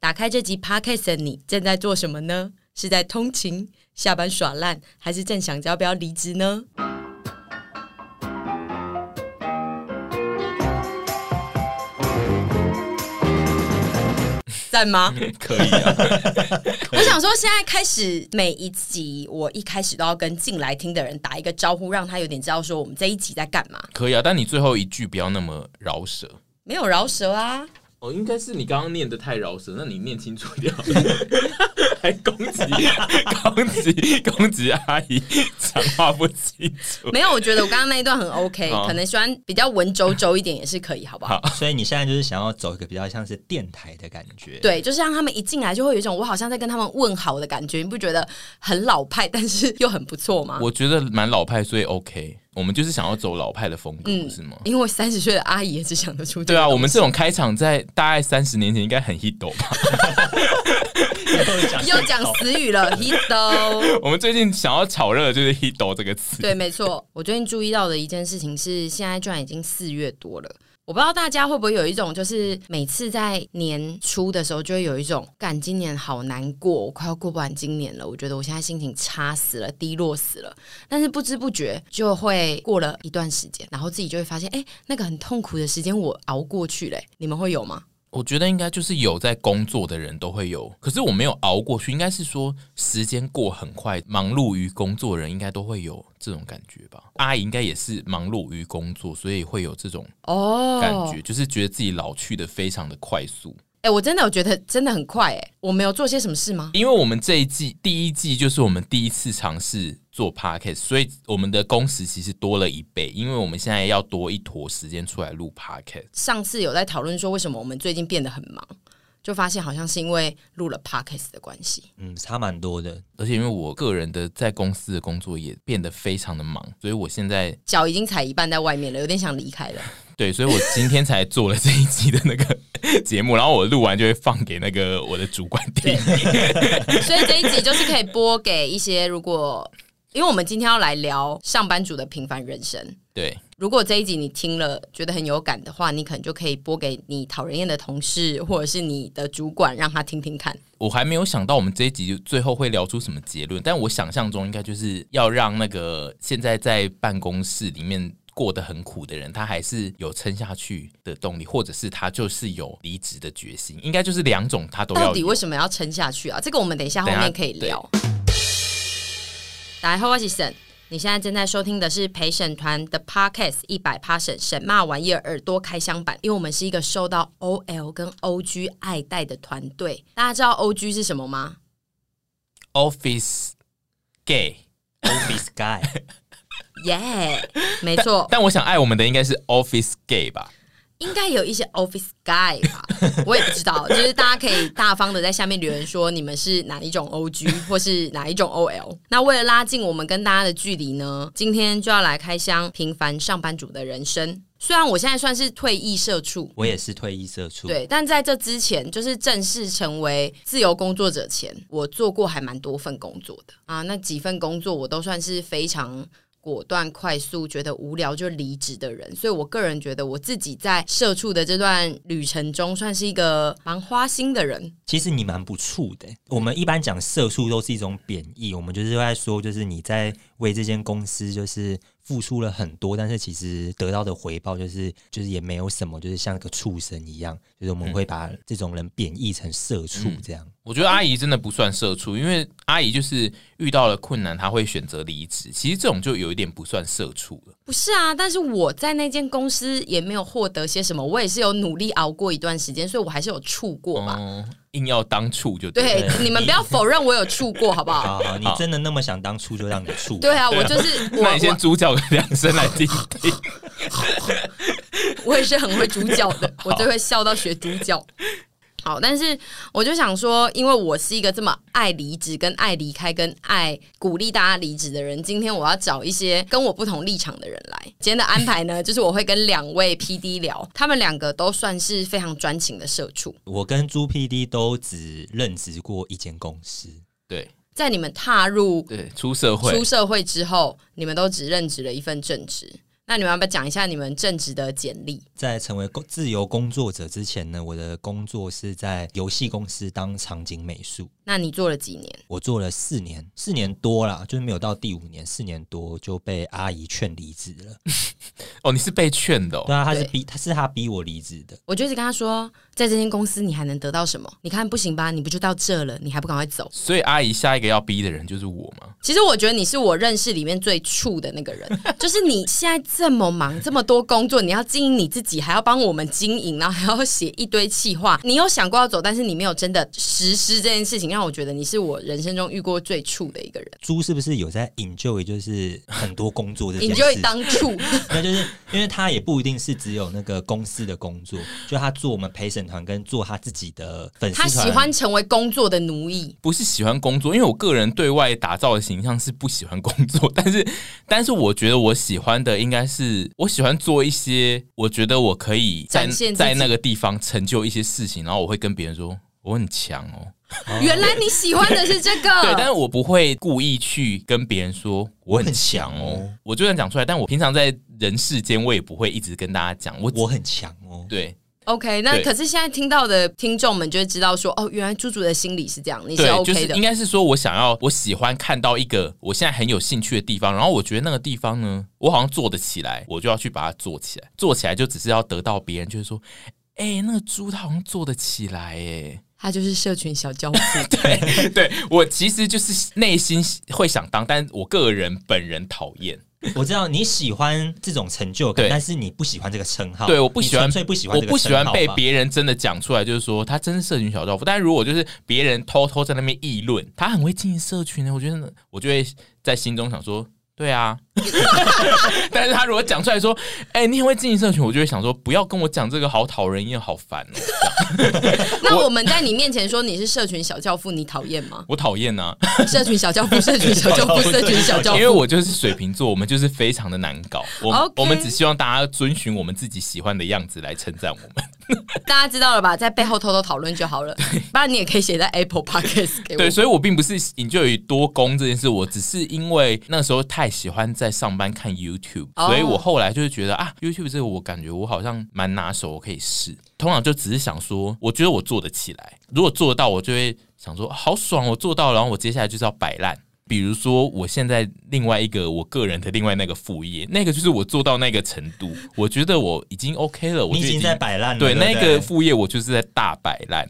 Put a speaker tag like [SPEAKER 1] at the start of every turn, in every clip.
[SPEAKER 1] 打开这集 podcast 的你正在做什么呢？是在通勤、下班耍烂，还是正想着要不要离职呢？赞吗？
[SPEAKER 2] 可以啊，
[SPEAKER 1] 我想说，现在开始每一集，我一开始都要跟进来听的人打一个招呼，让他有点知道说我们这一集在干嘛。
[SPEAKER 2] 可以啊，但你最后一句不要那么饶舌。
[SPEAKER 1] 没有饶舌啊，
[SPEAKER 2] 哦，应该是你刚刚念的太饶舌，那你念清楚一点 好了，还攻击啊 攻击攻击阿姨讲话不清楚。
[SPEAKER 1] 没有。我觉得我刚刚那一段很 OK，
[SPEAKER 2] 好
[SPEAKER 1] 可能喜欢比较文绉绉一点也是可以，好不好？
[SPEAKER 3] 所以你现在就是想要走一个比较像是电台的感觉，，
[SPEAKER 1] 对，就是让他们一进来就会有一种我好像在跟他们问好的感觉，你不觉得很老派，但是又很不错吗？
[SPEAKER 2] 我觉得蛮老派，所以 OK。我们就是想要走老派的风格，
[SPEAKER 1] 嗯
[SPEAKER 2] 是吗？
[SPEAKER 1] 因为三十岁的阿姨也只想得出这
[SPEAKER 2] 对
[SPEAKER 1] 个
[SPEAKER 2] 啊，我们这种开场在大概三十年前应该很 hit 吧？
[SPEAKER 1] 又讲死语 了 h i t o
[SPEAKER 2] 我们最近想要炒热的就是 hit 这个 词。
[SPEAKER 1] 对，没错。我最近注意到的一件事情是，现在居然已经四月多了。我不知道大家会不会有一种，就是每次在年初的时候，就会有一种，干今年好难过，我快要过不完今年了。我觉得我现在心情差死了，低落死了。但是不知不觉就会过了一段时间，然后自己就会发现，哎、那个很痛苦的时间我熬过去嘞、你们会有吗？
[SPEAKER 2] 我觉得应该就是有在工作的人都会有，可是我没有熬过去，应该是说时间过很快，忙碌于工作的人应该都会有这种感觉吧。阿姨应该也是忙碌于工作，所以会有这种
[SPEAKER 1] 哦
[SPEAKER 2] 感觉，就是觉得自己老去的非常的快速。
[SPEAKER 1] 哎、我真的我觉得真的很快哎、我没有做些什么事吗？
[SPEAKER 2] 因为我们这一季第一季就是我们第一次尝试做 podcast，所以我们的工时其实多了一倍，因为我们现在要多一坨时间出来录 podcast。
[SPEAKER 1] 上次有在讨论说，为什么我们最近变得很忙，就发现好像是因为录了 podcast 的关系。
[SPEAKER 3] 嗯，差蛮多的，
[SPEAKER 2] 而且因为我个人的在公司的工作也变得非常的忙，所以我现在
[SPEAKER 1] 脚已经踩一半在外面了，有点想离开了。
[SPEAKER 2] 对，所以我今天才做了这一集的那个 节目，然后我录完就会放给那个我的主管听。
[SPEAKER 1] 所以这一集就是可以播给一些如果，因为我们今天要来聊上班族的平凡人生。
[SPEAKER 2] 对，
[SPEAKER 1] 如果这一集你听了觉得很有感的话，你可能就可以播给你讨人厌的同事或者是你的主管，让他听听看。
[SPEAKER 2] 我还没有想到我们这一集最后会聊出什么结论，但我想象中应该就是要让那个现在在办公室里面。过得很苦的人，他还是有撑下去的动力，或者是他就是有离职的决心，应该就是两种他都要有。
[SPEAKER 1] 到底为什么要撑下去啊？这个我们等一下后
[SPEAKER 2] 等一
[SPEAKER 1] 面
[SPEAKER 2] 下
[SPEAKER 1] 可以聊。大家好，我是沈。你现在正在收听的是陪审团的 Podcast 一百 p a 沈沈骂玩意儿耳朵开箱版，因为我们是一个受到 OL 跟 OG 爱戴的团队。大家知道 OG 是什么吗？
[SPEAKER 2] office gay？
[SPEAKER 3] Office Guy，
[SPEAKER 1] 耶、没错，
[SPEAKER 2] 但我想爱我们的应该是 office gay 吧？
[SPEAKER 1] 应该有一些 office guy 吧， 我也不知道，就是大家可以大方的在下面留言说你们是哪一种 OG 或是哪一种 OL。那为了拉近我们跟大家的距离呢，今天就要来开箱平凡上班族的人生。虽然我现在算是退役社畜，
[SPEAKER 3] 我也是退役社畜，，
[SPEAKER 1] 对，但在这之前，就是正式成为自由工作者前，我做过还蛮多份工作的啊。那几份工作我都算是非常果断、快速，觉得无聊就离职的人。所以我个人觉得，我自己在社畜的这段旅程中，算是一个蛮花心的人。
[SPEAKER 3] 其实你蛮不错的。欸我们一般讲社畜都是一种贬义，我们就是在说，就是你在为这间公司就是付出了很多，但是其实得到的回报就是就是也没有什么，就是像个畜生一样，就是我
[SPEAKER 1] 嗯
[SPEAKER 3] 们会把这种人贬义成社畜这样。
[SPEAKER 2] 我觉得阿姨真的不算社畜，因为阿姨就是遇到了困难，她会选择离职。其实这种就有一点不算社畜了。
[SPEAKER 1] 不是啊，但是我在那间公司也没有获得些什么，我也是有努力熬过一段时间，所以我还是有处过吧。
[SPEAKER 2] 哦，硬要当畜就对。
[SPEAKER 1] 对， 你们不要否认我有处过，好不好？
[SPEAKER 3] 好好，你真的那么想当畜就让你 畜，
[SPEAKER 1] 对啊，我就是我，
[SPEAKER 2] 那你
[SPEAKER 1] 我
[SPEAKER 2] 先猪叫个两声来听听。
[SPEAKER 1] 我也是很会主角的，我最会笑到学主角。好，但是我就想说，因为我是一个这么爱离职、跟爱离开、跟爱鼓励大家离职的人，今天我要找一些跟我不同立场的人来。今天的安排呢，就是我会跟两位 P D 聊，他们两个都算是非常专情的社畜。
[SPEAKER 3] 我跟朱 PD 都只任职过一间公司，
[SPEAKER 2] 对
[SPEAKER 1] 在你们踏入
[SPEAKER 2] 对，出社会
[SPEAKER 1] 出社会之后，你们都只任职了一份正职。那你们要不要讲一下你们正职的简历？
[SPEAKER 3] 在成为工自由工作者之前呢，我的工作是在游戏公司当场景美术，
[SPEAKER 1] 那你做了几年？
[SPEAKER 3] 我做了四年，四年多啦，就是没有到第五年，四年多就被阿姨劝离职了。
[SPEAKER 2] 哦，你是被劝的、
[SPEAKER 3] 对
[SPEAKER 2] 哦，
[SPEAKER 3] 啊，她是
[SPEAKER 1] 对
[SPEAKER 3] 逼，她是她逼我离职的。
[SPEAKER 1] 我就一直跟他说，在这间公司你还能得到什么？你看不行吧？你不就到这了？你还不赶快走？
[SPEAKER 2] 所以阿姨下一个要逼的人就是我嘛。
[SPEAKER 1] 其实我觉得你是我认识里面最怵的那个人，就是你现在这么忙，这么多工作，你要经营你自己，还要帮我们经营，然后还要写一堆企划。你有想过要走，但是你没有真的实施这件事情，让我觉得你是我人生中遇过最怵的一个人。
[SPEAKER 3] 猪是不是有在 enjoy 就是很多工作这件
[SPEAKER 1] 你
[SPEAKER 3] 事？
[SPEAKER 1] 就会当处，
[SPEAKER 3] 那就是因为他也不一定是只有那个公司的工作，就他做我们陪审团跟做他自己的粉丝
[SPEAKER 1] 他
[SPEAKER 3] 团。
[SPEAKER 1] 喜欢成为工作的奴役。
[SPEAKER 2] 不是喜欢工作，因为我个人对外打造的形象是不喜欢工作， 但是，但是我觉得我喜欢的应该是我喜欢做一些我觉得我可以在
[SPEAKER 1] 展现自己
[SPEAKER 2] 在那个地方成就一些事情，然后我会跟别人说我很强哦，
[SPEAKER 1] 原来你喜欢的是这
[SPEAKER 2] 对，但是
[SPEAKER 1] 个，
[SPEAKER 2] 我不会故意去跟别人说我很强哦，我就算讲出来，但我平常在人世间我也不会一直跟大家讲，我
[SPEAKER 3] 我很强哦，
[SPEAKER 2] 对
[SPEAKER 1] OK。那
[SPEAKER 2] 对
[SPEAKER 1] 可是现在听到的听众们就会知道说，哦，原来猪猪的心理是这样，你是
[SPEAKER 2] 对，就
[SPEAKER 1] OK
[SPEAKER 2] 是
[SPEAKER 1] 的
[SPEAKER 2] 应。该是说我想要我喜欢看到一个我现在很有兴趣的地方，然后我觉得那个地方呢，我好像做得起来，我就要去把它做起来，做起来就只是要得到别人就是说。哎、那个猪它好像做得起来哎，
[SPEAKER 1] 他就是社群小教父。
[SPEAKER 2] 对 对，我其实就是内心会想当，但我个人本人讨厌，
[SPEAKER 3] 我知道你喜欢这种成就感，
[SPEAKER 2] 对
[SPEAKER 3] 但是你不喜欢这个称号。
[SPEAKER 2] 对，我不喜欢，
[SPEAKER 3] 你纯粹不喜欢
[SPEAKER 2] 我
[SPEAKER 3] 这个
[SPEAKER 2] 不喜欢
[SPEAKER 3] 称号
[SPEAKER 2] 被
[SPEAKER 3] 吧
[SPEAKER 2] 别人真的讲出来，就是说他真是社群小教父。但如果就是别人偷偷在那边议论，他很会经营社群呢，我觉得我就会在心中想说。对啊， 但是他如果讲出来说，哎、你很会经营社群，我就会想说，不要跟我讲这个，好讨人厌，好烦哦、？
[SPEAKER 1] 那我们在你面前说你是社群小教父，你讨厌吗
[SPEAKER 2] 我讨厌 啊，
[SPEAKER 1] 社群小教 父，社群小教父，社群小教
[SPEAKER 2] 因为
[SPEAKER 1] 父。
[SPEAKER 2] 我就是水瓶座，我们就是非常的难搞，我
[SPEAKER 1] OK
[SPEAKER 2] 我们只希望大家遵循我们自己喜欢的样子来称赞我们。
[SPEAKER 1] 大家知道了吧？在背后偷偷讨论就好了。不然你也可以写在 Apple Podcast 给我
[SPEAKER 2] 对，。所以我并不是 enjoy 于多工这件事，我只是因为那时候太喜欢在上班看 YouTube，、
[SPEAKER 1] 哦
[SPEAKER 2] 所以我后来就是觉得啊，YouTube 这个我感觉我好像蛮拿手，我可以试。通常就只是想说，我觉得我做得起来，如果做得到，我就会想说啊好爽，我做到了，然后我接下来就是要摆烂。比如说，我现在另外一个我个人的另外那个副业，那个就是我做到那个程度，我觉得我已经 OK 了，我
[SPEAKER 3] 你
[SPEAKER 2] 就
[SPEAKER 3] 已经在摆烂了。
[SPEAKER 2] 对，
[SPEAKER 3] 对，
[SPEAKER 2] 那个。副业我就是在大摆 烂，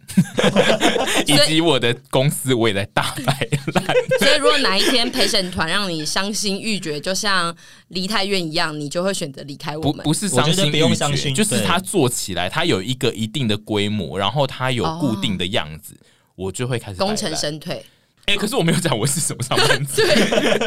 [SPEAKER 2] 以及我的公司我也在大摆 烂。
[SPEAKER 1] 所以如果哪一天陪审团让你伤心欲绝，就像梨泰院一样，你就会选择离开我
[SPEAKER 2] 不
[SPEAKER 1] 们。
[SPEAKER 2] 不是伤
[SPEAKER 3] 我觉
[SPEAKER 2] 心
[SPEAKER 3] 得不
[SPEAKER 2] 欲
[SPEAKER 3] 用
[SPEAKER 2] 绝，
[SPEAKER 3] 伤心
[SPEAKER 2] 就是
[SPEAKER 3] 对
[SPEAKER 2] 它做起来，它有一个一定的规模，然后它有固定的样子。
[SPEAKER 3] 啊
[SPEAKER 2] 我就会开始摆
[SPEAKER 1] 功
[SPEAKER 2] 烂
[SPEAKER 1] 成。身退。
[SPEAKER 2] 哎、可是我没有讲我是什么上班 族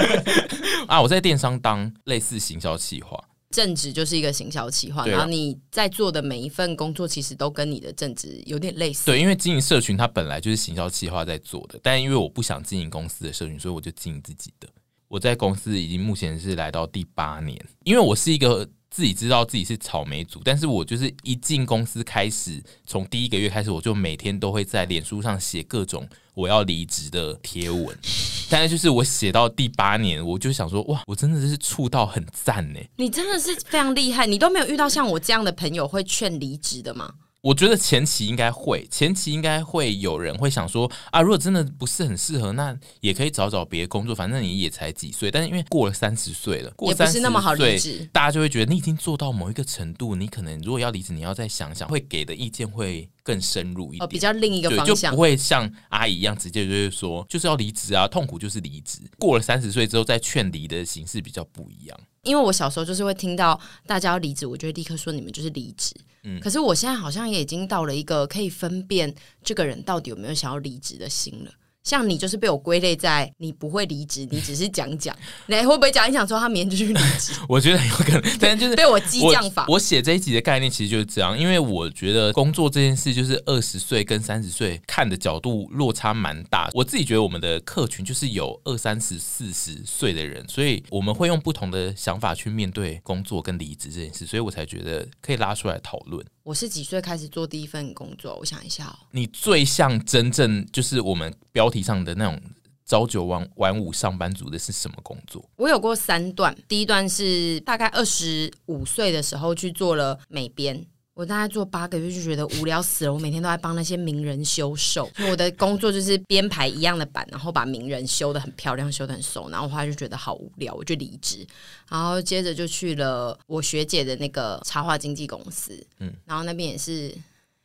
[SPEAKER 2] 啊！我在电商当类似行销企划，
[SPEAKER 1] 正职就是一个行销企划，
[SPEAKER 2] 对啊
[SPEAKER 1] 然后你在做的每一份工作，其实都跟你的正职有点类似。
[SPEAKER 2] 对，因为经营社群它本来就是行销企划在做的，但因为我不想经营公司的社群，所以我就经营自己的。我在公司已经目前是来到第八年，因为我是一个自己知道自己是草莓族，但是我就是一进公司开始，从第一个月开始，我就每天都会在脸书上写各种我要离职的贴文。 但是就是我写到第八年，我就想说，哇，我真的是触到很赞欸呢。
[SPEAKER 1] 你真的是非常厉害，你都没有遇到像我这样的朋友会劝离职的吗？
[SPEAKER 2] 我觉得前期应该会，前期应该会有人会想说啊，如果真的不是很适合，那也可以找找别的工作，反正你也才几岁。但是因为过了三十岁了，过
[SPEAKER 1] 也不
[SPEAKER 2] 三
[SPEAKER 1] 是
[SPEAKER 2] 十
[SPEAKER 1] 那么好离
[SPEAKER 2] 岁，
[SPEAKER 1] 职。
[SPEAKER 2] 大家就会觉得你已经做到某一个程度，你可能如果要离职，你要再想想，会给的意见会更深入一点，
[SPEAKER 1] 哦，比较另一个
[SPEAKER 2] 对，
[SPEAKER 1] 方
[SPEAKER 2] 就
[SPEAKER 1] 向
[SPEAKER 2] 不。会像阿姨一样直接就是说就是要离职啊，痛苦就是离职。过了三十岁之后再劝离的形式比较不一样。
[SPEAKER 1] 因为我小时候就是会听到大家要离职，我就会立刻说你们就是离职。
[SPEAKER 2] 嗯
[SPEAKER 1] 可是我现在好像也已经到了一个可以分辨这个人到底有没有想要离职的心了。像你就是被我归类在你不会离职，你只是讲 讲，你会不会讲一讲说他明天就去离职？
[SPEAKER 2] 我觉得很有可能，但是就是
[SPEAKER 1] 被我激将法
[SPEAKER 2] 我。我写这一集的概念其实就是这样，因为我觉得工作这件事就是二十岁跟三十岁看的角度落差蛮大。我自己觉得我们的客群就是有二三十、四十岁的人，所以我们会用不同的想法去面对工作跟离职这件事，所以我才觉得可以拉出来讨论。
[SPEAKER 1] 我是几岁开始做第一份工作？我想一下哦，
[SPEAKER 2] 你最像真正就是我们标题上的那种朝九晚晚五上班族的是什么工作？
[SPEAKER 1] 我有过三段，第一段是大概二十五岁的时候去做了美编。我大概做八个月就觉得无聊死了，我每天都在帮那些名人修瘦。因为我的工作就是编排一样的版，然后把名人修的很漂亮，修的很瘦。然后我后来就觉得好无聊，我就离职。然后接着就去了我学姐的那个插画经纪公司，嗯，然后那边也是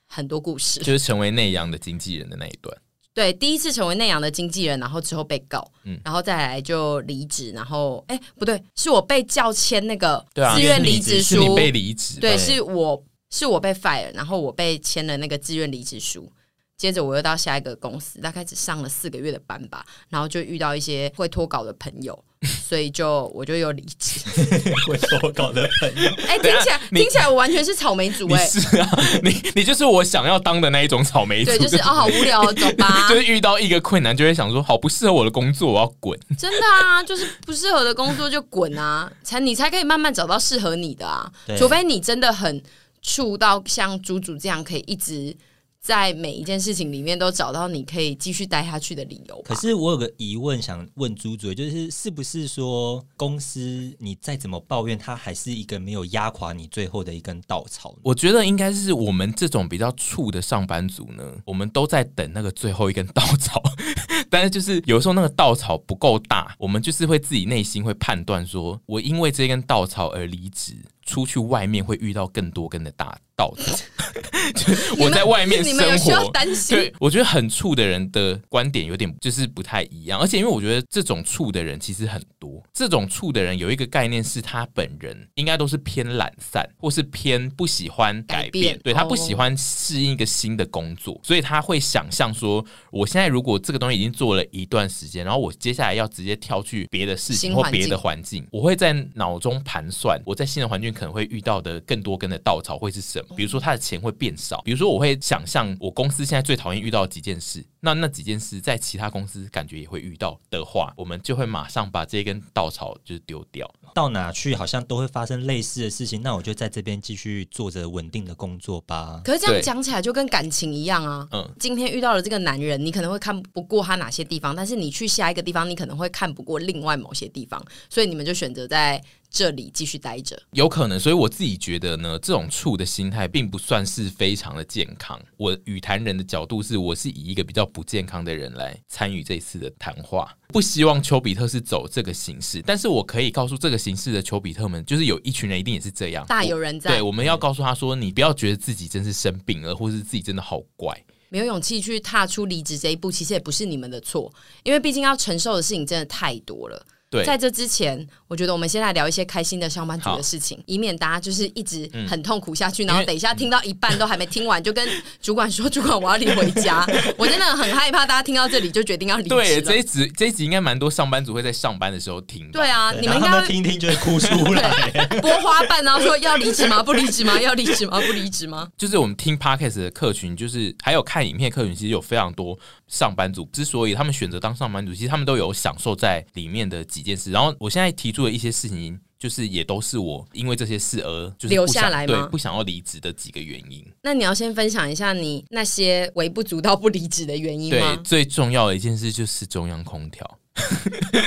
[SPEAKER 1] 很多故事。
[SPEAKER 2] 就是成为内阳的经纪人的那一段。
[SPEAKER 1] 对，第一次成为那样的经纪人，然后之后被告，
[SPEAKER 2] 嗯
[SPEAKER 1] 然后再来就离职，然后哎、不对，是我被叫签那个
[SPEAKER 2] 对啊
[SPEAKER 1] 自愿离职
[SPEAKER 2] 是
[SPEAKER 1] 书，
[SPEAKER 2] 你被离职，
[SPEAKER 1] 对，是我是我被 fire，然后我被签了那个自愿离职书。接着我又到下一个公司，大概只上了四个月的班吧，然后就遇到一些会脱稿的朋友，所以就我就又离职。
[SPEAKER 3] 会投稿的 朋友，
[SPEAKER 1] 哎、听起来
[SPEAKER 2] 你
[SPEAKER 1] 听起来我完全是草莓族
[SPEAKER 2] 你
[SPEAKER 1] 哎、
[SPEAKER 2] 是啊， 你你就是我想要当的那一种草莓族，
[SPEAKER 1] 对，就是哦，好无聊、哦，走 吧。
[SPEAKER 2] 就是遇到一个困难就会想说，好不适合我的工作，我要滚。
[SPEAKER 1] 真的啊，就是不适合的工作就滚啊，才你才可以慢慢找到适合你的啊
[SPEAKER 3] 对。
[SPEAKER 1] 除非你真的很触到像猪猪这样，可以一直在每一件事情里面都找到你可以继续待下去的理由吧
[SPEAKER 3] 可。是我有个疑问想问朱主，就是是不是说公司你再怎么抱怨，它还是一个没有压垮你最后的一根稻草呢？
[SPEAKER 2] 我觉得应该是我们这种比较怵的上班族呢，我们都在等那个最后一根稻草， 但是就是有时候那个稻草不够大，我们就是会自己内心会判断说，我因为这根稻草而离职。出去外面会遇到更多根的大稻草， 就是我在外面
[SPEAKER 1] 你
[SPEAKER 2] 生
[SPEAKER 1] 们
[SPEAKER 2] 活，
[SPEAKER 1] 有需要担心
[SPEAKER 2] 对，我觉得很醋的人的观点有点就是不太一样，而且因为我觉得这种醋的人其实很多，这种醋的人有一个概念是他本人应该都是偏懒散，或是偏不喜欢改
[SPEAKER 1] 改
[SPEAKER 2] 变，
[SPEAKER 1] 变
[SPEAKER 2] 对他不
[SPEAKER 1] 哦
[SPEAKER 2] 喜欢适应一个新的工作，所以他会想象说，我现在如果这个东西已经做了一段时间，然后我接下来要直接跳去别的事情
[SPEAKER 1] 新
[SPEAKER 2] 或
[SPEAKER 1] 环
[SPEAKER 2] 别的
[SPEAKER 1] 境
[SPEAKER 2] 环境，我会在脑中盘算，我在新的环境可能会遇到的更多根的稻草会是什么？比如说他的钱会变少，比如说我会想象我公司现在最讨厌遇到的几件事，那那几件事在其他公司感觉也会遇到的话，我们就会马上把这根稻草就是丢掉。
[SPEAKER 3] 到哪去好像都会发生类似的事情，那我就在这边继续做着稳定的工作吧。
[SPEAKER 1] 可是这
[SPEAKER 2] 对
[SPEAKER 1] 样讲起来就跟感情一样啊。
[SPEAKER 2] 嗯
[SPEAKER 1] 今天遇到了这个男人，你可能会看不过他哪些地方，但是你去下一个地方，你可能会看不过另外某些地方，所以你们就选择在这里继续待着。
[SPEAKER 2] 有可能，所以我自己觉得呢，这种醋的心态并不算是非常的健康。我语谈人的角度是，我是以一个比较不健康的人来参与这次的谈话，不希望丘比特是走这个形式，但是我可以告诉这个形式的丘比特们，就是有一群人一定也是这样，
[SPEAKER 1] 大有人在
[SPEAKER 2] 对，，我们要告诉他说，你不要觉得自己真是生病了，或是自己真的好怪。
[SPEAKER 1] 没有勇气去踏出离职这一步，其实也不是你们的错，因为毕竟要承受的事情真的太多了。
[SPEAKER 2] 对，
[SPEAKER 1] 在这之前，我觉得我们先来聊一些开心的上班族
[SPEAKER 2] 好嗯
[SPEAKER 1] 的事情，以免大家就是一直很痛苦下去，
[SPEAKER 2] 因
[SPEAKER 1] 然后
[SPEAKER 2] 为
[SPEAKER 1] 等一下听到一半都还没听完，就跟主管说：“主管，我要离回 家。”我真的很害怕大家听到这里就决定要离职
[SPEAKER 2] 对，这
[SPEAKER 1] 了。
[SPEAKER 2] 一集这一集应该蛮多上班族会在上班的时候听。
[SPEAKER 1] 对。啊，
[SPEAKER 3] 对
[SPEAKER 1] 你们
[SPEAKER 3] 然
[SPEAKER 1] 应
[SPEAKER 3] 后
[SPEAKER 1] 该
[SPEAKER 3] 他们听一听就会哭 出来。
[SPEAKER 1] 会拨花瓣，然后说要离职吗？不离职吗？要离职吗？不离职 吗？
[SPEAKER 2] 就是我们听 podcast 的客群，就是还有看影片的客群，其实有非常多上班族。之所以他们选择当上班族，其实他们都有享受在里面的几件事。然后我现在提出的一些事情，就是也都是我因为这些事而就是不
[SPEAKER 1] 留
[SPEAKER 2] 想
[SPEAKER 1] 下来吗
[SPEAKER 2] 对，不想要离职的几个原因。
[SPEAKER 1] 那你要先分享一下你那些微不足道不离职的原因
[SPEAKER 2] 对
[SPEAKER 1] 吗，？
[SPEAKER 2] 最重要的一件事就是中央空调。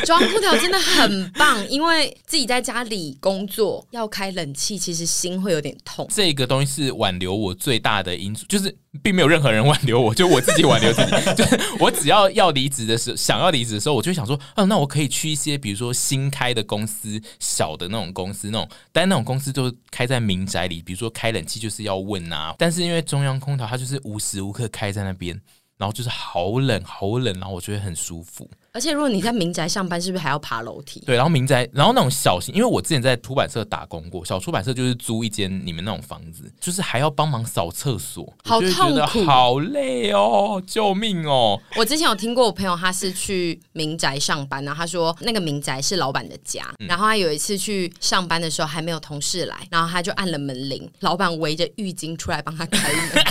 [SPEAKER 1] 中央空调真的很棒，因为自己在家里工作要开冷气，其实心会有点痛。
[SPEAKER 2] 这个东西是挽留我最大的因素，就是并没有任何人挽留我，就我自己挽留自己。就是我只要要离职的时候，想要离职的时候，我就想说，嗯、那我可以去一些比如说新开的公司、小的那种公司那种，但那种公司都开在民宅里，比如说开冷气就是要问啊。但是因为中央空调它就是无时无刻开在那边，然后就是好冷好冷，然后我觉得很舒服。
[SPEAKER 1] 而且如果你在民宅上班，是不是还要爬楼梯？
[SPEAKER 2] 对，然后民宅，然后那种小型，因为我之前在出版社打工过，小出版社就是租一间你们那种房子，就是还要帮忙扫厕所，
[SPEAKER 1] 好
[SPEAKER 2] 我就会觉得
[SPEAKER 1] 痛苦
[SPEAKER 2] 好累哦，救命哦！
[SPEAKER 1] 我之前有听过我朋友，他是去民宅上班，然后他说那个民宅是老板的家，然后他有一次去上班的时候还没有同事来，然后他就按了门铃，老板围着浴巾出来帮他开门，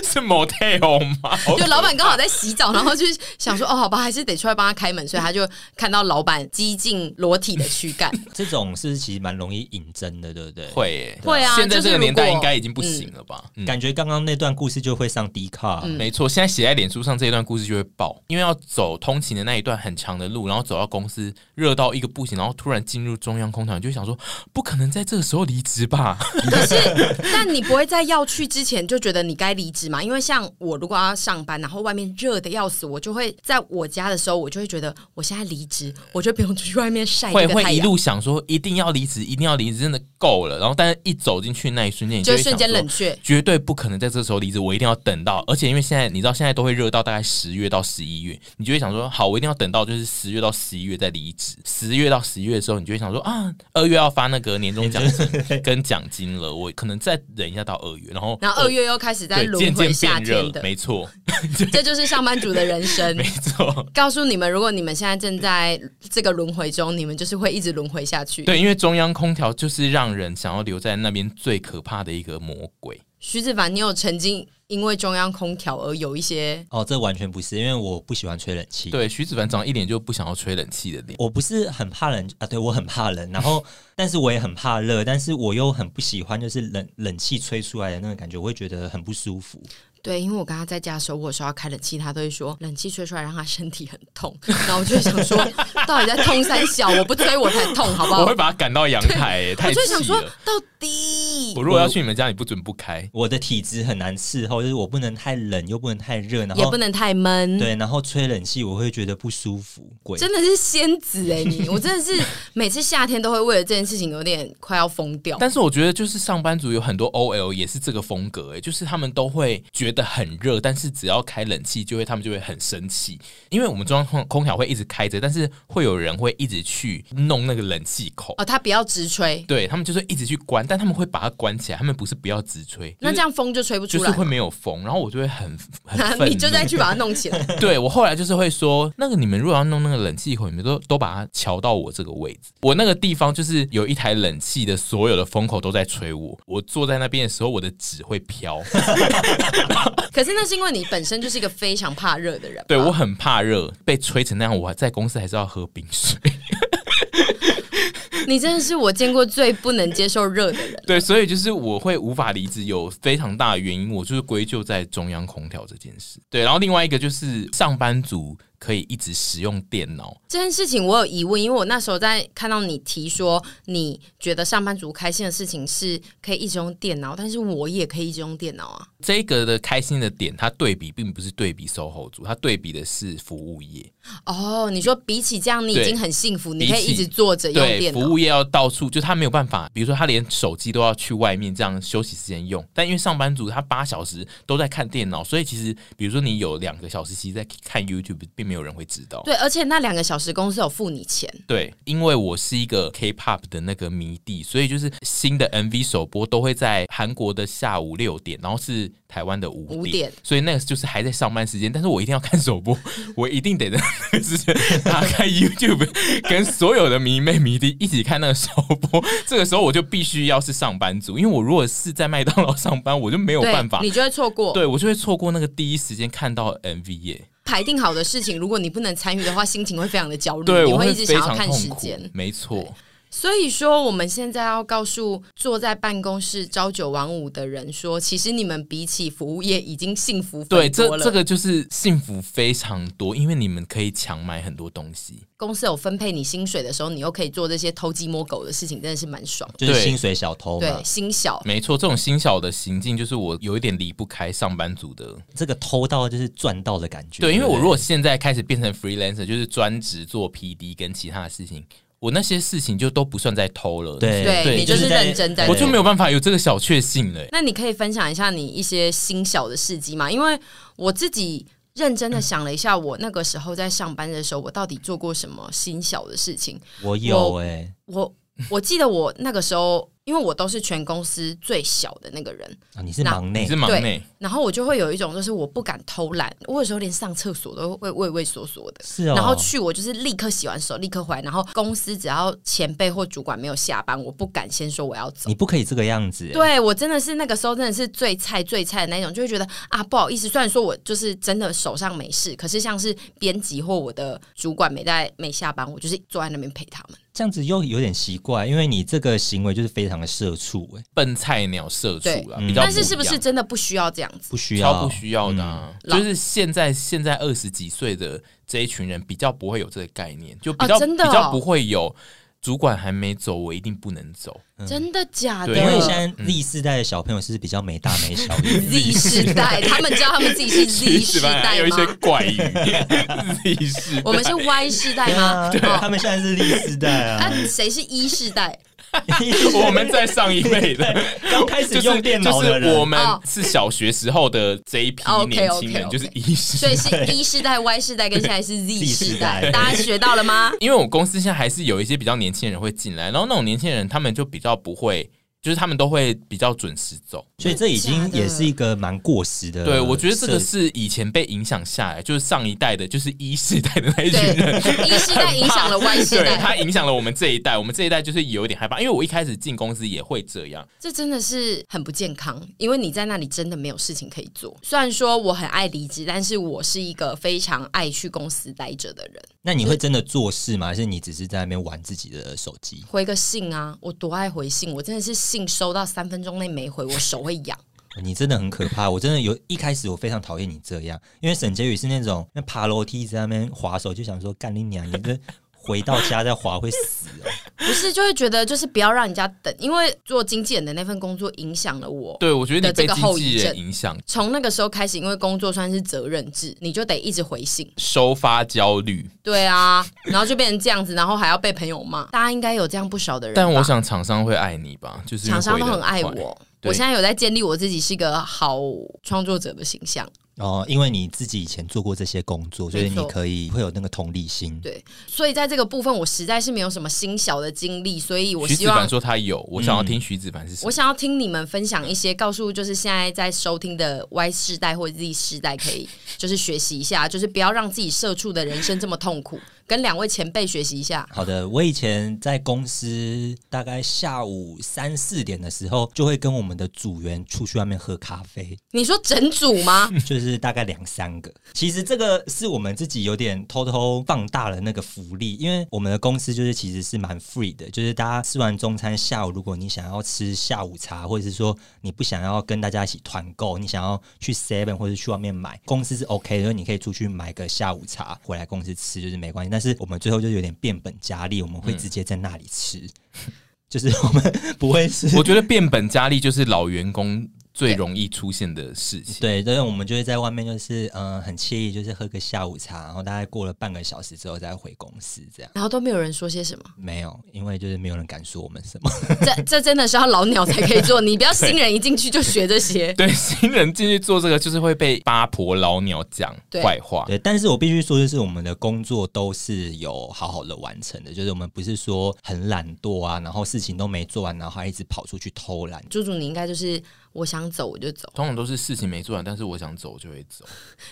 [SPEAKER 2] 是 motel 吗？
[SPEAKER 1] 就老板刚好在洗澡，然后就想说哦，好吧，还是得出来帮他开门，所以他就看到老板激进裸体的躯干。
[SPEAKER 3] 这种是不是其实蛮容易引针的，对不对？
[SPEAKER 2] 会耶
[SPEAKER 1] 会啊
[SPEAKER 2] 现在
[SPEAKER 1] 就是
[SPEAKER 2] 这个
[SPEAKER 1] 如
[SPEAKER 2] 年代
[SPEAKER 1] 果
[SPEAKER 2] 应该已经不行了吧？嗯
[SPEAKER 3] 感觉刚刚那段故事就会上 D 卡、
[SPEAKER 1] 嗯
[SPEAKER 2] 没错，现在写在脸书上这一段故事就会爆，因为要走通勤的那一段很长的路，然后走到公司热到一个不行，然后突然进入中央空调，你就会想说，不可能在这个时候离职吧？
[SPEAKER 1] 可是，但你不会在要去之前就觉得你该离职嘛？因为像我如果要上班，然后外面热的要死，我就会在我家的时候，我就会觉得我现在离职，我就不用出去外面晒
[SPEAKER 2] 会
[SPEAKER 1] 这个
[SPEAKER 2] 会
[SPEAKER 1] 太
[SPEAKER 2] 一
[SPEAKER 1] 阳。
[SPEAKER 2] 路想说一定要离职，一定要离职，真的够了。然后但是一走进去那一瞬间，你
[SPEAKER 1] 就
[SPEAKER 2] 会
[SPEAKER 1] 会瞬间
[SPEAKER 2] 想说
[SPEAKER 1] 冷却
[SPEAKER 2] 绝对不可能在这时候离职，我一定要等到。而且因为现在你知道，现在都会热到大概十月到十一月，你就会想说，好，我一定要等到就是十月到十一月再离职。十月到十一月的时候，你就会想说啊，二月要发那个年终奖 金跟奖金了，我可能再忍一下到二月，然后
[SPEAKER 1] 然后二月又开始在
[SPEAKER 2] 对
[SPEAKER 1] 轮
[SPEAKER 2] 渐
[SPEAKER 1] 回
[SPEAKER 2] 渐
[SPEAKER 1] 夏
[SPEAKER 2] 变热
[SPEAKER 1] 天，的，
[SPEAKER 2] 没错，
[SPEAKER 1] 这就是上班族的人生
[SPEAKER 2] 没。错。
[SPEAKER 1] 告诉你们，如果你们现在正在这个轮回中，你们就是会一直轮回下去。
[SPEAKER 2] 对，因为中央空调就是让人想要留在那边最可怕的一个魔鬼。
[SPEAKER 1] 徐子凡，你有曾经因为中央空调而有一些
[SPEAKER 3] 哦，这完全不是，因为我不喜欢吹冷气。
[SPEAKER 2] 对，徐子凡长一脸就不想要吹冷气的脸。
[SPEAKER 3] 我不是很怕冷啊，对我很怕冷，然后但是我也很怕热，但是我又很不喜欢就是冷冷气吹出来的那个感觉，我会觉得很不舒服。
[SPEAKER 1] 对，因为我跟他在家的时候，我有时候要开冷气，他都会说冷气吹出来让他身体很痛，然后我就会想说，到底在痛三小？我不吹我才痛，好不好？
[SPEAKER 2] 我会
[SPEAKER 1] 我
[SPEAKER 2] 把他赶到阳台、欸，太
[SPEAKER 1] 就会想
[SPEAKER 2] 气
[SPEAKER 1] 说
[SPEAKER 2] 了。，
[SPEAKER 1] 到底
[SPEAKER 2] 我如果要去你们家，你不准不开。
[SPEAKER 3] 我的体质很难伺候，就是我不能太冷，又不能太热，然
[SPEAKER 1] 也
[SPEAKER 3] 后
[SPEAKER 1] 不能太闷。
[SPEAKER 3] 对，然后吹冷气我会觉得不舒服。鬼，
[SPEAKER 1] 真的是仙子哎、你我真的 是每次夏天都会为了这件事情有点快要疯掉。
[SPEAKER 2] 但是我觉得，就是上班族有很多 OL 也是这个风格、欸，就是他们都会觉得很热，但是只要开冷气，就会他们就会很生气，因为我们中央空空调会一直开着，但是会有人会一直去弄那个冷气口，
[SPEAKER 1] 哦，他不要直吹，
[SPEAKER 2] 对他们就是一直去关，但他们会把它关起来，他们不是不要直吹，
[SPEAKER 1] 那
[SPEAKER 2] 就是
[SPEAKER 1] 这样风就吹不出
[SPEAKER 2] 就是
[SPEAKER 1] 来。
[SPEAKER 2] 会没有风，然后我就会很很愤 欸
[SPEAKER 1] 你就
[SPEAKER 2] 怒
[SPEAKER 1] 再去把它弄起来。
[SPEAKER 2] 对我后来就是会说，那个你们如果要弄那个冷气口，你们都都把它调到我这个位置。我那个地方就是有一台冷气的所有的风口都在吹我，我坐在那边的时候，我的纸会飘。
[SPEAKER 1] 可是那是因为你本身就是一个非常怕热的人吧。
[SPEAKER 2] 对我很怕热，被吹成那样，我在公司还是要喝冰水。
[SPEAKER 1] 你真的是我见过最不能接受热的人。
[SPEAKER 2] 对，所以就是我会无法离职，有非常大的原因，我就是归咎在中央空调这件事。对，然后另外一个就是上班族可以一直使用电脑，
[SPEAKER 1] 这件事情我有疑问，因为我那时候在看到你提说，你觉得上班族开心的事情是可以一直用电脑，但是我也可以一直用电脑啊。
[SPEAKER 2] 这个的开心的点，它对比并不是对比 SOHO 族，它对比的是服务业。
[SPEAKER 1] 哦，你说比起这样，你已
[SPEAKER 2] 对
[SPEAKER 1] 经很幸福，
[SPEAKER 2] 比
[SPEAKER 1] 你
[SPEAKER 2] 起
[SPEAKER 1] 可以一直坐着用
[SPEAKER 2] 对，
[SPEAKER 1] 电
[SPEAKER 2] 服
[SPEAKER 1] 脑。
[SPEAKER 2] 务业要到处，就他没有办法，比如说他连手机都要去外面这样休息时间用，但因为上班族他八小时都在看电脑，所以其实比如说你有两个小时其实在看 YouTube，并没有人会知道。
[SPEAKER 1] 对，而且那两个小时公司有付你钱，
[SPEAKER 2] 对，因为我是一个 K-pop 的那个迷弟，所以就是新的 MV 首播都会在韩国的下午六点，然后是台湾的五
[SPEAKER 1] 五点
[SPEAKER 2] 所以那个就是还在上班时间，但是我一定要看首播， 我一定得在那个时间打开 YouTube，跟所有的迷妹迷弟一起看那个首播。这个时候我就必须要是上班族，因为我如果是在麦当劳上班，我就没有
[SPEAKER 1] 对
[SPEAKER 2] 办法，
[SPEAKER 1] 你就会错过
[SPEAKER 2] 对我就会错过那个第一时间看到 MV 耶、
[SPEAKER 1] 排定好的事情。如果你不能参与的话，心情会非常的焦虑，
[SPEAKER 2] 对
[SPEAKER 1] 你
[SPEAKER 2] 我
[SPEAKER 1] 会一直
[SPEAKER 2] 非
[SPEAKER 1] 想要
[SPEAKER 2] 常
[SPEAKER 1] 看
[SPEAKER 2] 痛
[SPEAKER 1] 时
[SPEAKER 2] 苦
[SPEAKER 1] 间。，
[SPEAKER 2] 没错。
[SPEAKER 1] 所以说，我们现在要告诉坐在办公室朝九晚五的人说，其实你们比起服务业已经幸福
[SPEAKER 2] 对，
[SPEAKER 1] 很
[SPEAKER 2] 这
[SPEAKER 1] 多了。
[SPEAKER 2] 这个就是幸福非常多，因为你们可以强买很多东西。
[SPEAKER 1] 公司有分配你薪水的时候，你又可以做这些偷鸡摸狗的事情，真的是蛮爽的。
[SPEAKER 3] 就是
[SPEAKER 2] 对
[SPEAKER 3] 薪水小偷嘛
[SPEAKER 1] 对，。心小
[SPEAKER 2] 没错，这种心小的行径，就是我有一点离不开上班族的。
[SPEAKER 3] 这个偷到就是赚到的感觉。
[SPEAKER 2] 对，因为
[SPEAKER 3] 不
[SPEAKER 2] 我如果现在开始变成 freelancer，就是专职做 PD 跟其他的事情，我那些事情就都不算在偷了。
[SPEAKER 3] 对
[SPEAKER 1] 对
[SPEAKER 2] 你
[SPEAKER 1] 就是认真在
[SPEAKER 2] 我就没有办法有这个小确幸了。
[SPEAKER 1] 那你可以分享一下你一些心小的事迹吗？因为我自己认真的想了一下，我那个时候在上班的时候，我到底做过什么心小的事情？
[SPEAKER 3] 我有
[SPEAKER 1] 我
[SPEAKER 3] 哎、
[SPEAKER 1] 我我记得我那个时候因为我都是全公司最小的那个人，
[SPEAKER 3] 啊，你是忙
[SPEAKER 2] 你
[SPEAKER 3] 内
[SPEAKER 2] 是，忙内
[SPEAKER 1] 对，然后我就会有一种就是我不敢偷懒，我有时候连上厕所都会畏畏缩缩的。
[SPEAKER 3] 是哦，
[SPEAKER 1] 然后去，我就是立刻洗完手，立刻回来。然后公司只要前辈或主管没有下班，我不敢先说我要走。
[SPEAKER 3] 你不可以这个样子，，欸
[SPEAKER 1] 对我真的是那个时候真的是最菜最菜的那种，就会觉得啊不好意思，虽然说我就是真的手上没事，可是像是编辑或我的主管没在没下班，我就是坐在那边陪他们。
[SPEAKER 3] 这样子又有点奇怪，因为你这个行为就是非常的社畜，哎，
[SPEAKER 2] 笨菜鸟社畜啦，
[SPEAKER 3] 对
[SPEAKER 2] 比较
[SPEAKER 1] 但
[SPEAKER 2] 不
[SPEAKER 1] 是
[SPEAKER 2] 一
[SPEAKER 1] 是不
[SPEAKER 2] 样
[SPEAKER 1] 是真的不需要这样子？
[SPEAKER 3] 不需要，
[SPEAKER 2] 超不需要的啊、
[SPEAKER 1] 嗯
[SPEAKER 2] 就是现在现在二十几岁的这一群人比较不会有这个概念，就比
[SPEAKER 1] 哦
[SPEAKER 2] 较、
[SPEAKER 1] 真的哦
[SPEAKER 2] 比较不会有主管还没走，我一定不能走。
[SPEAKER 1] 真的假的？
[SPEAKER 2] 对
[SPEAKER 3] 因为现在 Z 世代的小朋友是比较没大没小的，
[SPEAKER 1] Z 世 代，他们知道他们自己是 Z 世
[SPEAKER 2] 还
[SPEAKER 1] 代
[SPEAKER 3] 哎
[SPEAKER 2] 有一些
[SPEAKER 1] 吗？
[SPEAKER 2] 怪 语，Z 世
[SPEAKER 1] 我
[SPEAKER 2] 代
[SPEAKER 1] 们是 Y 世代 吗？
[SPEAKER 3] 对啊，他
[SPEAKER 1] 哦，
[SPEAKER 3] 们现在是 Z 世代 啊，
[SPEAKER 1] 那谁是一世代？
[SPEAKER 2] 我们在上一辈的。
[SPEAKER 3] 刚开始用电脑的
[SPEAKER 2] 就是，
[SPEAKER 3] 人，
[SPEAKER 2] 就是我们
[SPEAKER 1] 哦
[SPEAKER 2] 是小学时候的这一批
[SPEAKER 1] 哦
[SPEAKER 2] 年轻人，
[SPEAKER 1] OK，OK，OK
[SPEAKER 2] 就是一世
[SPEAKER 1] 所以是一世代、Y 世代跟现在是 Z 世代，
[SPEAKER 3] 对
[SPEAKER 1] 大家学到了 吗？
[SPEAKER 2] 因为我公司现在还是有一些比较年轻人会进来，然后那种年轻人他们就比较不会，就是他们都会比较准时走。
[SPEAKER 3] 所以这已经也是一个蛮过时的。
[SPEAKER 2] 对，我觉得这个
[SPEAKER 3] 是
[SPEAKER 2] 是以前被影响下来，就是上一代的，就是一世代的那一群
[SPEAKER 1] 对
[SPEAKER 2] 人。，
[SPEAKER 1] 一世代影响了 Y 世
[SPEAKER 2] 对，
[SPEAKER 1] 代，
[SPEAKER 2] 它影响了我们这一代，我们这一代就是有一点害怕，因为我一开始进公司也会这样，
[SPEAKER 1] 这真的是很不健康，因为你在那里真的没有事情可以做。虽然说我很爱离职，但是我是一个非常爱去公司待着的人。
[SPEAKER 3] 那你会真的做事吗？还是你只是在那边玩自己的手机？
[SPEAKER 1] 回个信啊，我多爱回信，我真的是信收到三分钟内没回，我手会痒。
[SPEAKER 3] 你真的很可怕，我真的有一开始我非常讨厌你这样，因为沈婕妤是那种那爬楼梯一直在那边滑手，就想说干你娘，你 这回到家再滑会死哦。
[SPEAKER 1] 不是，就会觉得就是不要让人家等，因为做经纪人的那份工作影响了我。
[SPEAKER 2] 对我觉得
[SPEAKER 1] 的
[SPEAKER 2] 你
[SPEAKER 1] 这
[SPEAKER 2] 被
[SPEAKER 1] 个
[SPEAKER 2] 经
[SPEAKER 1] 后
[SPEAKER 2] 纪
[SPEAKER 1] 遗
[SPEAKER 2] 人
[SPEAKER 1] 症
[SPEAKER 2] 影响，
[SPEAKER 1] 从那个时候开始，因为工作算是责任制，你就得一直回信。
[SPEAKER 2] 收发焦虑。
[SPEAKER 1] 对啊，然后就变成这样子，然后还要被朋友骂。大家应该有这样不少的人吧，
[SPEAKER 2] 但我想厂商会爱你吧，就是因为
[SPEAKER 1] 厂商都
[SPEAKER 2] 回得
[SPEAKER 1] 很爱
[SPEAKER 2] 快
[SPEAKER 1] 我。
[SPEAKER 2] 对
[SPEAKER 1] 我现在有在建立我自己是个好创作者的形象，
[SPEAKER 3] 哦，因为你自己以前做过这些工作，所以
[SPEAKER 1] 没
[SPEAKER 3] 你
[SPEAKER 1] 错
[SPEAKER 3] 可以会有那个同理心。
[SPEAKER 1] 对，所以在这个部分我实在是没有什么新小的经历，所以我
[SPEAKER 2] 徐
[SPEAKER 1] 希
[SPEAKER 2] 子
[SPEAKER 1] 望嗯
[SPEAKER 2] 凡说他有，我想要听徐子凡是什
[SPEAKER 1] 我
[SPEAKER 2] 么。
[SPEAKER 1] 想要听你们分享一些，告诉就是现在在收听的 Y 世代或 Z 世代，可以就是学习一下，就是不要让自己社畜的人生这么痛苦，跟两位前辈学习一下。
[SPEAKER 3] 好的，我以前在公司大概下午三四点的时候，就会跟我们的组员出去外面喝咖啡，
[SPEAKER 1] 你说整组 吗？
[SPEAKER 3] 就是大概两三个。其实这个是我们自己有点偷偷放大了那个福利，因为我们的公司就是其实是蛮 free 的，就是大家吃完中餐下午，如果你想要吃下午茶，或者是说你不想要跟大家一起团购，你想要去 Seven 或者去外面买，公司是 OK 的，就是你可以出去买个下午茶回来公司吃，就是没关系。但是我们最后就有点变本加厉，我们会直接在那里吃。就是我们不会是
[SPEAKER 2] 我觉得变本加厉就是老员工最容易出现的事情。
[SPEAKER 3] 对，但是我们就会在外面，就是嗯、呃很惬意，就是喝个下午茶，然后大概过了半个小时之后再回公司，这样
[SPEAKER 1] 然后都没有人说些什么，
[SPEAKER 3] 没有，因为就是没有人敢说我们什么。
[SPEAKER 1] 这这真的是要老鸟才可以做，你不要新人一进去就学这些。
[SPEAKER 2] 对，新人进去做这个就是会被八婆老鸟讲
[SPEAKER 1] 对
[SPEAKER 2] 坏话。
[SPEAKER 3] 对，但是我必须说，就是我们的工作都是有好好的完成的，就是我们不是说很懒惰啊，然后事情都没做完，然后还一直跑出去偷懒。
[SPEAKER 1] 猪猪，你应该就是我想走我就走，
[SPEAKER 2] 通常都是事情没做完，但是我想走就会走。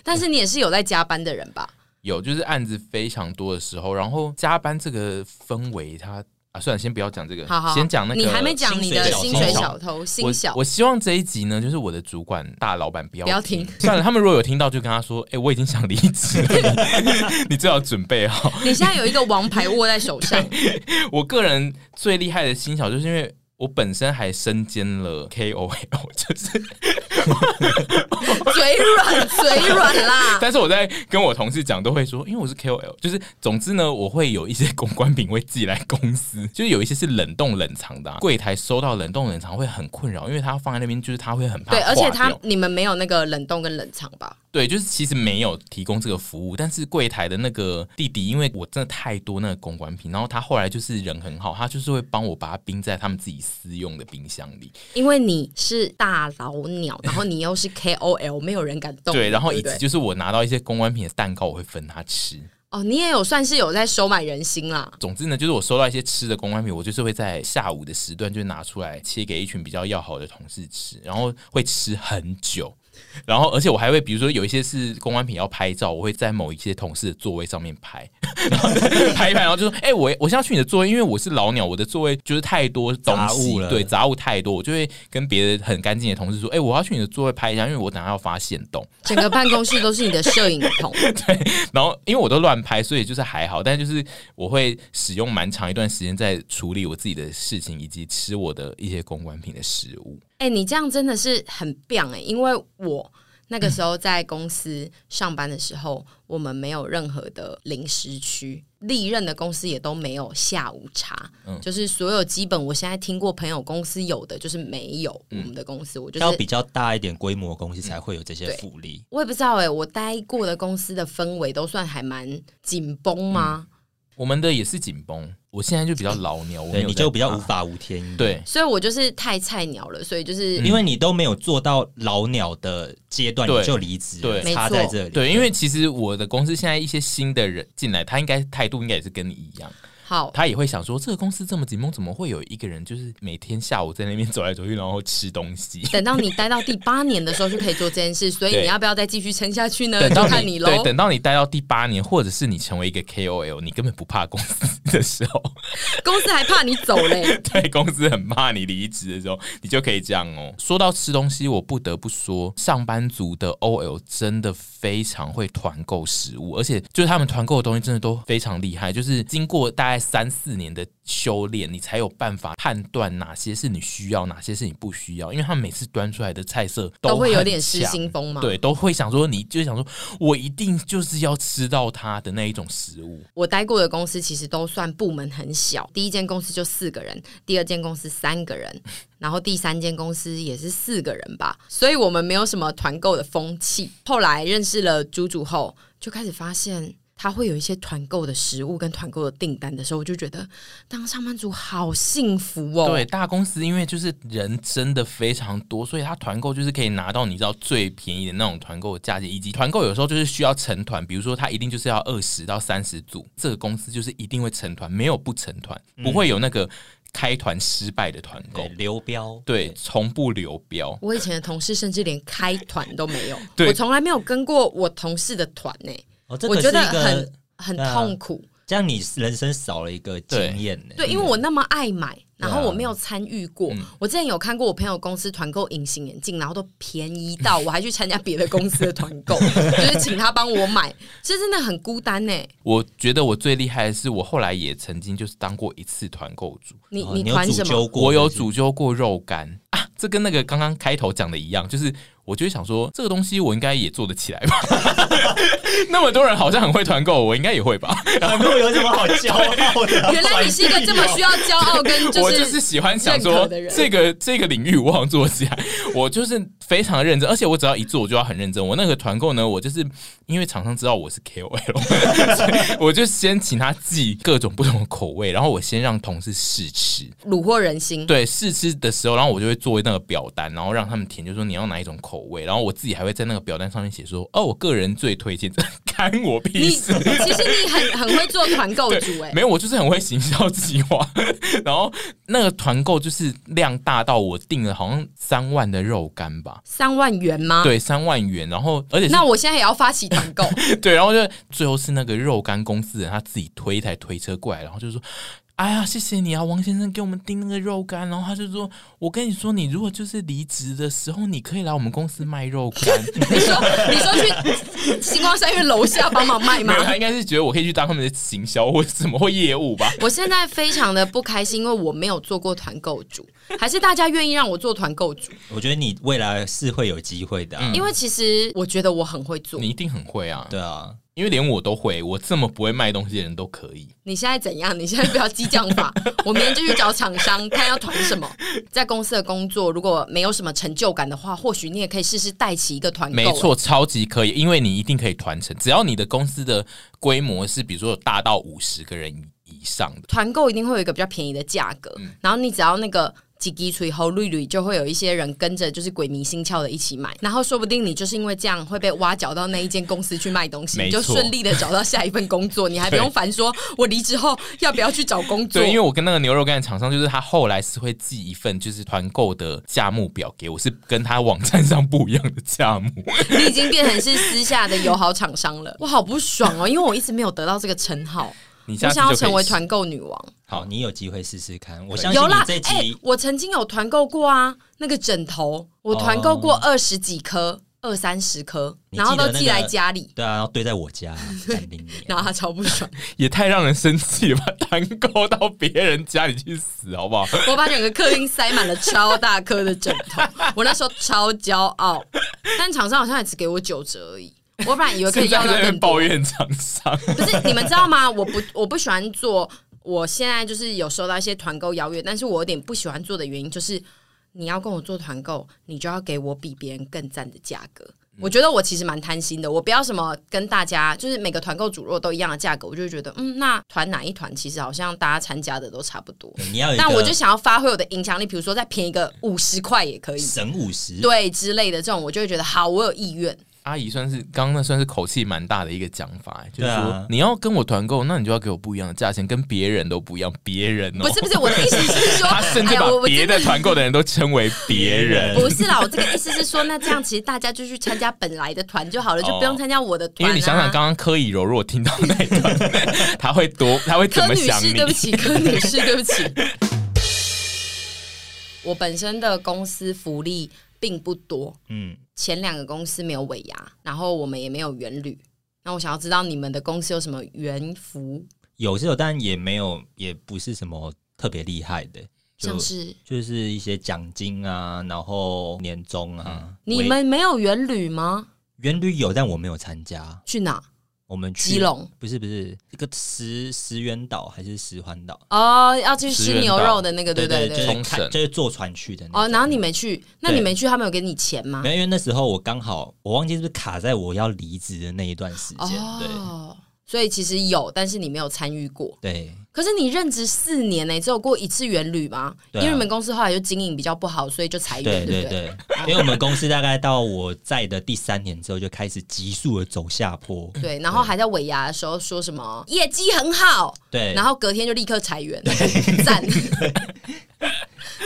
[SPEAKER 1] 但是你也是有在加班的人吧？
[SPEAKER 2] 有就是案子非常多的时候，然后加班这个氛围它，啊，算了，先不要讲这个，
[SPEAKER 1] 好好，好
[SPEAKER 2] 先讲那个。
[SPEAKER 1] 你还没讲你的薪
[SPEAKER 3] 薪水
[SPEAKER 1] 水
[SPEAKER 3] 小
[SPEAKER 1] 小偷，
[SPEAKER 2] 我
[SPEAKER 1] 薪小
[SPEAKER 2] 我希望这一集呢，就是我的主管大老板不要
[SPEAKER 1] 不要听。
[SPEAKER 2] 算了，他们如果有听到，就跟他说：“哎、我已经想离职了， 你你最好准备好。”
[SPEAKER 1] 你现在有一个王牌握在手 上，
[SPEAKER 2] 我个人最厉害的新小，就是因为我本身还身兼了 KOL，就是，
[SPEAKER 1] 嘴软嘴软啦。
[SPEAKER 2] 但是我在跟我同事讲，都会说，因为我是 KOL，就是总之呢，我会有一些公关品会寄来公司， 就是有一些是冷冻冷藏的啊、柜台收到冷冻冷藏会很困扰，因为它放在那边，就是它会很怕
[SPEAKER 1] 对，而且
[SPEAKER 2] 化
[SPEAKER 1] 他
[SPEAKER 2] 掉
[SPEAKER 1] 你们没有那个冷冻跟冷藏吧？
[SPEAKER 2] 对，就是其实没有提供这个服务，但是柜台的那个弟弟，因为我真的太多那个公关品，然后他后来就是人很好，他就是会帮我把它冰在他们自己私用的冰箱里。
[SPEAKER 1] 因为你是大老 鸟，然后你又是 KOL，没有人敢动你。
[SPEAKER 2] 对，然后
[SPEAKER 1] 对
[SPEAKER 2] 以
[SPEAKER 1] 不
[SPEAKER 2] 及
[SPEAKER 1] 对
[SPEAKER 2] 就是我拿到一些公关品的蛋糕，我会分他吃。
[SPEAKER 1] 哦，你也有算是有在收买人心啦。
[SPEAKER 2] 总之呢，就是我收到一些吃的公关品，我就是会在下午的时段就拿出来切给一群比较要好的同事吃，然后会吃很久。然后，而且我还会，比如说有一些是公关品要拍照，我会在某一些同事的座位上面拍， 然后拍一拍，然后就说：“哎、我我是要去你的座位，因为我是老鸟，我的座位就是太多东
[SPEAKER 3] 杂
[SPEAKER 2] 西
[SPEAKER 3] 物，了
[SPEAKER 2] 对，杂物太多，我就会跟别的很干净的同事说：‘哎、我要去你的座位拍一下，因为我等下要发现洞。’
[SPEAKER 1] 整个办公室都是你的摄影棚，
[SPEAKER 2] 然后因为我都乱拍，所以就是还好，但就是我会使用蛮长一段时间在处理我自己的事情，以及吃我的一些公关品的食物。
[SPEAKER 1] 哎、你这样真的是很棒哎、因为我那个时候在公司上班的时候，我们没有任何的零食区，历任的公司也都没有下午茶，
[SPEAKER 2] 嗯
[SPEAKER 1] 就是所有基本我现在听过朋友公司有的，就是没有、
[SPEAKER 2] 嗯
[SPEAKER 1] 我们的公司，我就
[SPEAKER 3] 要
[SPEAKER 1] 是嗯
[SPEAKER 3] 比较大一点规模的公司才会有这些
[SPEAKER 1] 对
[SPEAKER 3] 福利。
[SPEAKER 1] 我也不知道哎、我待过的公司的氛围都算还蛮紧绷吗？
[SPEAKER 2] 嗯我们的也是紧绷，我现在就比较老鸟，我没
[SPEAKER 3] 对，
[SPEAKER 2] 有
[SPEAKER 3] 你
[SPEAKER 2] 在
[SPEAKER 3] 就比较
[SPEAKER 2] 怕
[SPEAKER 3] 无法无天一点。
[SPEAKER 2] 对。嗯
[SPEAKER 1] 所以我就是太菜鸟了，所以就是、
[SPEAKER 3] 因为你都没有做到老鸟的阶段，
[SPEAKER 2] 对
[SPEAKER 3] 你就离职了，
[SPEAKER 2] 对
[SPEAKER 3] 差在这里。
[SPEAKER 2] 对，因为其实我的公司现在一些新的人进来，他应该态度应该也是跟你一样，
[SPEAKER 1] 好，
[SPEAKER 2] 他也会想说这个公司这么紧绷，怎么会有一个人就是每天下午在那边走来走去，然后吃东西？
[SPEAKER 1] 等到你待到第八年的时候就可以做这件事，所以
[SPEAKER 2] 对
[SPEAKER 1] 你要不要再继续撑下去呢？
[SPEAKER 2] 等
[SPEAKER 1] 就
[SPEAKER 2] 到
[SPEAKER 1] 看你
[SPEAKER 2] 对，
[SPEAKER 1] 喽。
[SPEAKER 2] 等到你待到第八年，或者是你成为一个 KOL，你根本不怕公司的时候，
[SPEAKER 1] 公司还怕你走 嘞。
[SPEAKER 2] 对公司很怕你离职的时候，你就可以这样哦。说到吃东西，我不得不说，上班族的 OL 真的非常会团购食物，而且就是他们团购的东西真的都非常厉害，就是经过大概三四年的修炼，你才有办法判断哪些是你需要，哪些是你不需要，因为他们每次端出来的菜色
[SPEAKER 1] 都会有
[SPEAKER 2] 很
[SPEAKER 1] 点失
[SPEAKER 2] 强
[SPEAKER 1] 心疯嘛
[SPEAKER 2] 对，都会想说，你就想说我一定就是要吃到它的那一种食物。
[SPEAKER 1] 我待过的公司其实都算部门很小，第一间公司就四个人，第二间公司三个 人，然后第三间公司也是四个人吧，所以我们没有什么团购的风气。后来认识了猪猪后，就开始发现。他会有一些团购的食物跟团购的订单的时候，我就觉得当上班族好幸福哦。
[SPEAKER 2] 对，，大公司因为就是人真的非常多，所以它团购就是可以拿到你知道最便宜的那种团购价钱，以及团购有时候就是需要成团，比如说它一定就是要二十到三十组，这个公司就是一定会成团，没有不成团，不会有那个开团失败的团购
[SPEAKER 3] 对，。流标，
[SPEAKER 2] 对，从不流标。
[SPEAKER 1] 我以前的同事甚至连开团都没有，
[SPEAKER 2] 对
[SPEAKER 1] 我从来没有跟过我同事的团欸呢、
[SPEAKER 3] 哦，这
[SPEAKER 1] 我
[SPEAKER 3] 个是
[SPEAKER 1] 觉
[SPEAKER 3] 一
[SPEAKER 1] 得
[SPEAKER 3] 个
[SPEAKER 1] 很很
[SPEAKER 3] 对啊
[SPEAKER 1] 痛苦。
[SPEAKER 3] 这样，你人生少了一个经验呢。
[SPEAKER 1] 对，因为我那么爱买，然后
[SPEAKER 3] 对啊
[SPEAKER 1] 我没有参与过。
[SPEAKER 2] 嗯
[SPEAKER 1] 我之前有看过我朋友公司团购隐形眼镜，然后都便宜到我还去参加别的公司的团 购，就是请他帮我买，这真的很孤单呢。
[SPEAKER 2] 我觉得我最厉害的是，我后来也曾经就是当过一次团购主，
[SPEAKER 1] 你、
[SPEAKER 3] 哦
[SPEAKER 1] 你
[SPEAKER 3] 你有
[SPEAKER 1] 团
[SPEAKER 3] 主
[SPEAKER 1] 什
[SPEAKER 3] 揪
[SPEAKER 1] 么？
[SPEAKER 3] 过，
[SPEAKER 2] 我有
[SPEAKER 3] 就是
[SPEAKER 2] 煮揪过肉干啊，这跟那个刚刚开头讲的一样，就是我就会想说，这个东西我应该也做得起来吧？ 那么多人好像很会团购，我应该也会吧？
[SPEAKER 3] 团购有什么好骄傲的啊？
[SPEAKER 1] 原来你是一个这么需要骄傲跟就
[SPEAKER 2] 我
[SPEAKER 1] 是
[SPEAKER 2] 就是喜欢想
[SPEAKER 1] 认
[SPEAKER 2] 说
[SPEAKER 1] 可的人
[SPEAKER 2] 这个这个领域我想做起来， 我就是非常认真，而且我只要一做我就要很认真。我那个团购呢，我就是因为厂商知道我是 KOL，所 以我就先请他寄各种不同的口味，然后我先让同事试吃，
[SPEAKER 1] 虏获人心。
[SPEAKER 2] 对试吃的时候，然后我就会做那个表单，然后让他们填，就说你要哪一种口味，然后我自己还会在那个表单上面写说，哦，我个人最推荐， 这干我
[SPEAKER 1] 你
[SPEAKER 2] 屁
[SPEAKER 1] 其
[SPEAKER 2] 事
[SPEAKER 1] 实。你很很会做团购主哎、
[SPEAKER 2] 没有，我就是很会行销计划。 然后那个团购就是量大到我订了好像三万的肉干吧，
[SPEAKER 1] 三万元吗？。
[SPEAKER 2] 对，三万元。然后而且是
[SPEAKER 1] 啊那我现在也要发起团购，
[SPEAKER 2] 对，然后就最后是那个肉干公司的人他自己推一台推车过来，然后就说：“哎呀，谢谢你啊，王先生给我们订那个肉干。”然后他就说：“我跟你说，你如果就是离职的时候，你可以来我们公司卖肉干。
[SPEAKER 1] 你说你说去星光三月楼下帮忙卖”
[SPEAKER 2] 没
[SPEAKER 1] 吗
[SPEAKER 2] 有，？他应该是觉得我可以去当他们的行销或者什么或业务吧。
[SPEAKER 1] 我现在非常的不开心，因为我没有做过团购主，还是大家愿意让我做团购主？
[SPEAKER 3] 我觉得你未来是会有机会的啊。
[SPEAKER 1] 因为其实我觉得我很会做
[SPEAKER 2] 嗯你。一定很会啊，
[SPEAKER 3] 对啊，
[SPEAKER 2] 因为连我都会，我这么不会卖东西的人都可以。
[SPEAKER 1] 你现在怎样？你现在不要激将法，我明天就去找厂商看要团什么。在公司的工作如果没有什么成就感的话，或许你也可以试试带起一个团购。
[SPEAKER 2] 没，错，超级可以，因为你一定可以团成，只要你的公司的规模是比如说有大到五十个人以以上的。嗯
[SPEAKER 1] 团购一定会有一个比较便宜的价格，然后你只要那个。几滴吹后绿绿，就会有一些人跟着就是鬼迷心窍的一起买，然后说不定你就是因为这样会被挖角到那一间公司去卖东西，
[SPEAKER 2] 没
[SPEAKER 1] 你
[SPEAKER 2] 错
[SPEAKER 1] 就顺利的找到下一份工 作，你还不用烦说我离职后要不要去找工作
[SPEAKER 2] 对，。因为我跟那个牛肉干的厂商，就是他后来是会寄一份就是团购的价目表给我，是跟他网站上不一样的价目。
[SPEAKER 1] 你已经变成是私下的友好厂商 了，我好不爽哦，因为我一直没有得到这个称号，
[SPEAKER 2] 你下
[SPEAKER 1] 我
[SPEAKER 2] 次
[SPEAKER 1] 想要
[SPEAKER 2] 就可以
[SPEAKER 1] 成为团购女王。
[SPEAKER 3] 好，你有机会试试看。我相信
[SPEAKER 1] 有
[SPEAKER 3] 你
[SPEAKER 1] 啦，
[SPEAKER 3] 这
[SPEAKER 1] 哎、
[SPEAKER 3] 集
[SPEAKER 1] 我曾经有团购过啊，那个枕头，我团购过二十几颗、二三十颗，
[SPEAKER 3] 哦你
[SPEAKER 1] 然后
[SPEAKER 3] 记得
[SPEAKER 1] 都
[SPEAKER 3] 那个
[SPEAKER 1] 寄来家里，
[SPEAKER 3] 对啊，要对在我家，干 你娘
[SPEAKER 1] 然后他超不爽，
[SPEAKER 2] 也太让人生气了吧！团购到别人家里去死，好不好？
[SPEAKER 1] 我把整个客厅塞满了超大颗的枕头，我那时候超骄傲，但厂商好像也只给我九折而已，我本来以为可
[SPEAKER 2] 现
[SPEAKER 1] 以
[SPEAKER 2] 在
[SPEAKER 1] 要
[SPEAKER 2] 还
[SPEAKER 1] 到
[SPEAKER 2] 在
[SPEAKER 1] 更
[SPEAKER 2] 那边
[SPEAKER 1] 多
[SPEAKER 2] 抱。怨厂商，
[SPEAKER 1] 不是你们知道吗？ 我不我不喜欢做，我现在就是有收到一些团购邀约，但是我有点不喜欢做的原因就是，你要跟我做团购，你就要给我比别人更赞的价格。
[SPEAKER 2] 嗯
[SPEAKER 1] 我觉得我其实蛮贪心的，我不要什么跟大家就是每个团购主若都一样的价格，我就会觉得嗯，那团哪一团其实好像大家参加的都差不多。
[SPEAKER 3] 对你要有一
[SPEAKER 1] 但我就
[SPEAKER 3] 个
[SPEAKER 1] 想要发挥我的影响力，比如说再便宜个五十块也可以，
[SPEAKER 3] 神五十，
[SPEAKER 1] 对之类的这种，我就会觉得好，我有意愿。
[SPEAKER 2] 阿姨算是刚刚那算是口气蛮大的一个讲法，欸就是
[SPEAKER 3] 对
[SPEAKER 2] 说、
[SPEAKER 3] 啊
[SPEAKER 2] 你要跟我团购，那你就要给我不一样的价钱，跟别人都不一样。别人哦，
[SPEAKER 1] 不是不是，我的意思是说，
[SPEAKER 2] 他甚至
[SPEAKER 1] 哎呀
[SPEAKER 2] 把
[SPEAKER 1] 我我真
[SPEAKER 2] 别的团购的人都称为别人，
[SPEAKER 1] 不是啦，我这个意思是说，那这样其实大家就去参加本来的团就好了，就不用参加我的团、
[SPEAKER 2] 哦因
[SPEAKER 1] 啊。
[SPEAKER 2] 为你想想，刚刚柯以柔如果听到那一段，他会多，他会怎
[SPEAKER 1] 柯
[SPEAKER 2] 么
[SPEAKER 1] 女
[SPEAKER 2] 想
[SPEAKER 1] 士，
[SPEAKER 2] 你
[SPEAKER 1] 对？不 起，柯女士，对不起。我本身的公司福利并不多，
[SPEAKER 3] 嗯，
[SPEAKER 1] 前两个公司没有尾牙，然后我们也没有元旅。那我想要知道你们的公司有什么元福，
[SPEAKER 3] 有是有，但也没有，也不是什么特别厉害的，就
[SPEAKER 1] 像是
[SPEAKER 3] 就是一些奖金啊，然后年终啊。
[SPEAKER 1] 嗯你们没有元旅吗？
[SPEAKER 3] 原旅有，但我没有参加。
[SPEAKER 1] 去哪？
[SPEAKER 3] 我们去
[SPEAKER 1] 基隆
[SPEAKER 3] 不是不是一个石石原岛还是石环岛？
[SPEAKER 1] 哦，要去
[SPEAKER 2] 石
[SPEAKER 1] 吃
[SPEAKER 2] 原
[SPEAKER 1] 牛
[SPEAKER 2] 岛
[SPEAKER 1] 肉的那个，对不对
[SPEAKER 3] 对就是
[SPEAKER 1] 对。
[SPEAKER 2] 冲
[SPEAKER 3] 看
[SPEAKER 2] 绳
[SPEAKER 3] 就是坐船去的那
[SPEAKER 1] 哦，
[SPEAKER 3] 种
[SPEAKER 1] 然后你没去，那
[SPEAKER 3] 对
[SPEAKER 1] 你没去，他们有给你钱吗
[SPEAKER 3] 没？有，因为那时候我刚好我忘记是不是卡在我要离职的那一段时间，
[SPEAKER 1] 哦，所以其实有，但是你没有参与过。
[SPEAKER 3] 对对。
[SPEAKER 1] 可是你任职四年呢、只有过一次元旅吗？
[SPEAKER 3] 对啊
[SPEAKER 1] 因为你们公司后来就经营比较不好，所以就裁员，
[SPEAKER 3] 对
[SPEAKER 1] 哎对
[SPEAKER 3] 对
[SPEAKER 1] 不对？
[SPEAKER 3] 对，因为我们公司大概到我在的第三年之后，就开始急速的走下坡。
[SPEAKER 1] 对，然后还在尾牙的时候说什么业绩很好，
[SPEAKER 3] 对，
[SPEAKER 1] 然后隔天就立刻裁员，赞。